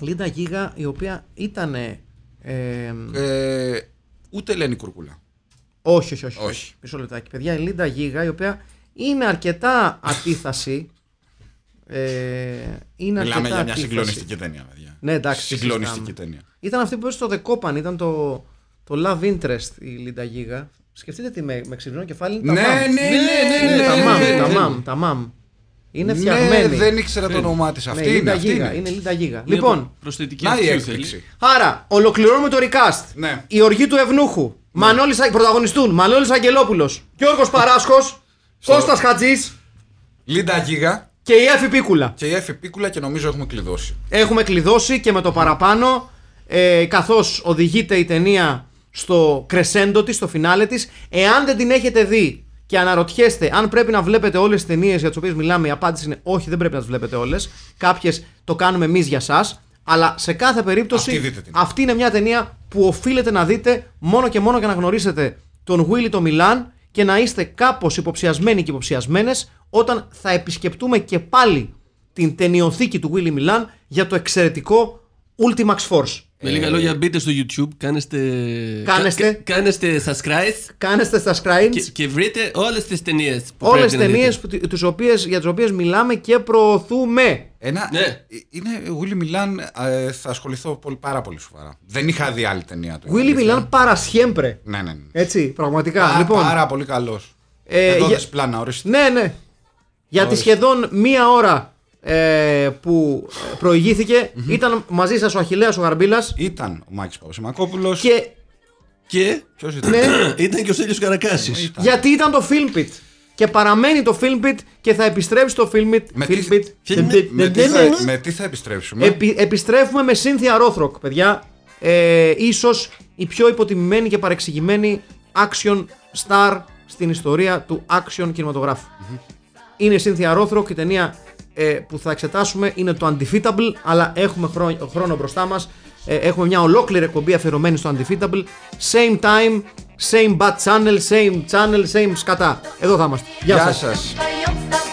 [SPEAKER 3] Λίντα Γίγα η οποία ήταν. Ε, εμ,
[SPEAKER 4] Ε, ούτε Ελένη Κουρκούλα.
[SPEAKER 3] όχι, όχι, όχι,
[SPEAKER 4] όχι.
[SPEAKER 3] Μισό λεπτάκι, παιδιά. Η Λίντα Γίγα η οποία είναι αρκετά αντίθαση. Ε, είναι
[SPEAKER 4] Μιλάμε
[SPEAKER 3] αρκετά
[SPEAKER 4] για μια
[SPEAKER 3] αντίθαση.
[SPEAKER 4] συγκλονιστική ταινία, παιδιά.
[SPEAKER 3] Ναι, εντάξει.
[SPEAKER 4] Συγκλονιστική
[SPEAKER 3] συζητάμε.
[SPEAKER 4] ταινία.
[SPEAKER 3] Ήταν αυτή που έζησε στο The Copan, ήταν το, το Love Interest η Λίντα Γίγα. Σκεφτείτε τι με, με ξυπνό κεφάλι είναι τα
[SPEAKER 4] Ναι,
[SPEAKER 3] μαμ.
[SPEAKER 4] ναι, ναι, ναι,
[SPEAKER 3] τα
[SPEAKER 4] ναι,
[SPEAKER 3] μαμ,
[SPEAKER 4] ναι,
[SPEAKER 3] τα
[SPEAKER 4] ναι.
[SPEAKER 3] μαμ, τα μαμ. Είναι φτιαγμένη.
[SPEAKER 4] Ναι, δεν ήξερα το όνομά της.
[SPEAKER 3] Ναι,
[SPEAKER 4] Αυτή είναι.
[SPEAKER 3] Λίντα
[SPEAKER 4] Αυτή
[SPEAKER 3] Γίγα.
[SPEAKER 4] είναι.
[SPEAKER 3] Είναι Λίντα Γίγα.
[SPEAKER 5] Μια
[SPEAKER 3] Λοιπόν,
[SPEAKER 5] προσθετική
[SPEAKER 4] Να η
[SPEAKER 5] αυτού θέλει.
[SPEAKER 4] έκπληξη.
[SPEAKER 3] Άρα, ολοκληρώνουμε το recast.
[SPEAKER 4] Ναι.
[SPEAKER 3] Η οργή του Ευνούχου. Μανώλης, Α- πρωταγωνιστούν Μανώλης Αγγελόπουλος, Γιώργος Παράσχος, Κώστας Χατζής
[SPEAKER 4] Λίντα Γίγα
[SPEAKER 3] και η Εφη Πίκουλα.
[SPEAKER 4] και η Εφη Πίκουλα και νομίζω έχουμε κλειδώσει.
[SPEAKER 3] Έχουμε κλειδώσει και με το παραπάνω. Ε, Καθώς οδηγείται η ταινία στο κρεσέντο της, στο φινάλε της. Εάν δεν την έχετε δει και αναρωτιέστε αν πρέπει να βλέπετε όλες τις ταινίες για τις οποίες μιλάμε, η απάντηση είναι όχι, δεν πρέπει να τις βλέπετε όλες. Κάποιες το κάνουμε εμείς για εσά. Αλλά σε κάθε περίπτωση,
[SPEAKER 4] Αυτή δείτε την.
[SPEAKER 3] αυτή είναι μια ταινία που οφείλετε να δείτε μόνο και μόνο για να γνωρίσετε τον Willy το Μιλάν και να είστε κάπως υποψιασμένοι και υποψιασμένες όταν θα επισκεπτούμε και πάλι την ταινιοθήκη του Willy Μιλάν για το εξαιρετικό Ultimax Force.
[SPEAKER 5] Με λίγα λόγια, μπείτε στο YouTube, κάνεστε.
[SPEAKER 3] Ε, Κάνεστε.
[SPEAKER 5] κα- Κάνεστε subscribe
[SPEAKER 3] Κάνεστε στα screens
[SPEAKER 5] και, και βρείτε όλες τις ταινίες.
[SPEAKER 3] όλες τις ταινίες που, τις οποίες, για τις οποίες μιλάμε και προωθούμε.
[SPEAKER 4] Ένα,
[SPEAKER 5] Ναι.
[SPEAKER 4] ε, Είναι Willy Μιλάν, ε, θα ασχοληθώ πολύ, πάρα πολύ σοβαρά. Δεν είχα δει άλλη ταινία του.
[SPEAKER 3] Willy Μιλάν παρασχέμπρε.
[SPEAKER 4] Ναι, ναι, ναι.
[SPEAKER 3] Έτσι, πραγματικά.
[SPEAKER 4] Πάρα,
[SPEAKER 3] Ε, λοιπόν,
[SPEAKER 4] πάρα πολύ καλός.
[SPEAKER 3] Ε,
[SPEAKER 4] Ε, Εδώ
[SPEAKER 3] για-
[SPEAKER 4] δες πλάνα, ορίστε.
[SPEAKER 3] Ναι, ναι. Γιατί σχεδόν μία ώρα ε, που προηγηθηκε ήταν μαζί σας ο Αχιλέας ο Γαρμπίλας
[SPEAKER 4] Ήταν ο Μάκης Παπασημακόπουλο.
[SPEAKER 3] και Ναι,
[SPEAKER 5] Και
[SPEAKER 4] Ποιος ήταν.
[SPEAKER 5] ήταν και ο Στέλιος Καρακάσης.
[SPEAKER 4] Ήταν.
[SPEAKER 3] γιατί ήταν το Film Pit. Και παραμένει το Film Pit και θα επιστρέψει το Film Pit.
[SPEAKER 4] Με
[SPEAKER 3] Film
[SPEAKER 4] τι-
[SPEAKER 3] Pit.
[SPEAKER 5] Film
[SPEAKER 3] Δεν-
[SPEAKER 5] Pit.
[SPEAKER 4] Με
[SPEAKER 3] δεν-
[SPEAKER 4] τι,
[SPEAKER 3] δεν-
[SPEAKER 4] θα, με τι θα επιστρέψουμε.
[SPEAKER 3] Επι- επιστρέφουμε με Cynthia Rothrock, παιδιά. Ε, ίσως η πιο υποτιμημένη και παρεξηγημένη action star στην ιστορία του action κινηματογράφου. Είναι η Cynthia Rothrock, η ταινία ε, που θα εξετάσουμε είναι το Undefeatable, αλλά έχουμε χρόνο, χρόνο μπροστά μας. Ε, έχουμε μια ολόκληρη εκπομπή αφιερωμένη στο Undefeatable. Same time, same bad channel, same channel, same σκατά. Εδώ θα είμαστε. Γεια,
[SPEAKER 4] Γεια
[SPEAKER 3] σας.
[SPEAKER 4] σας.
[SPEAKER 7] triunfa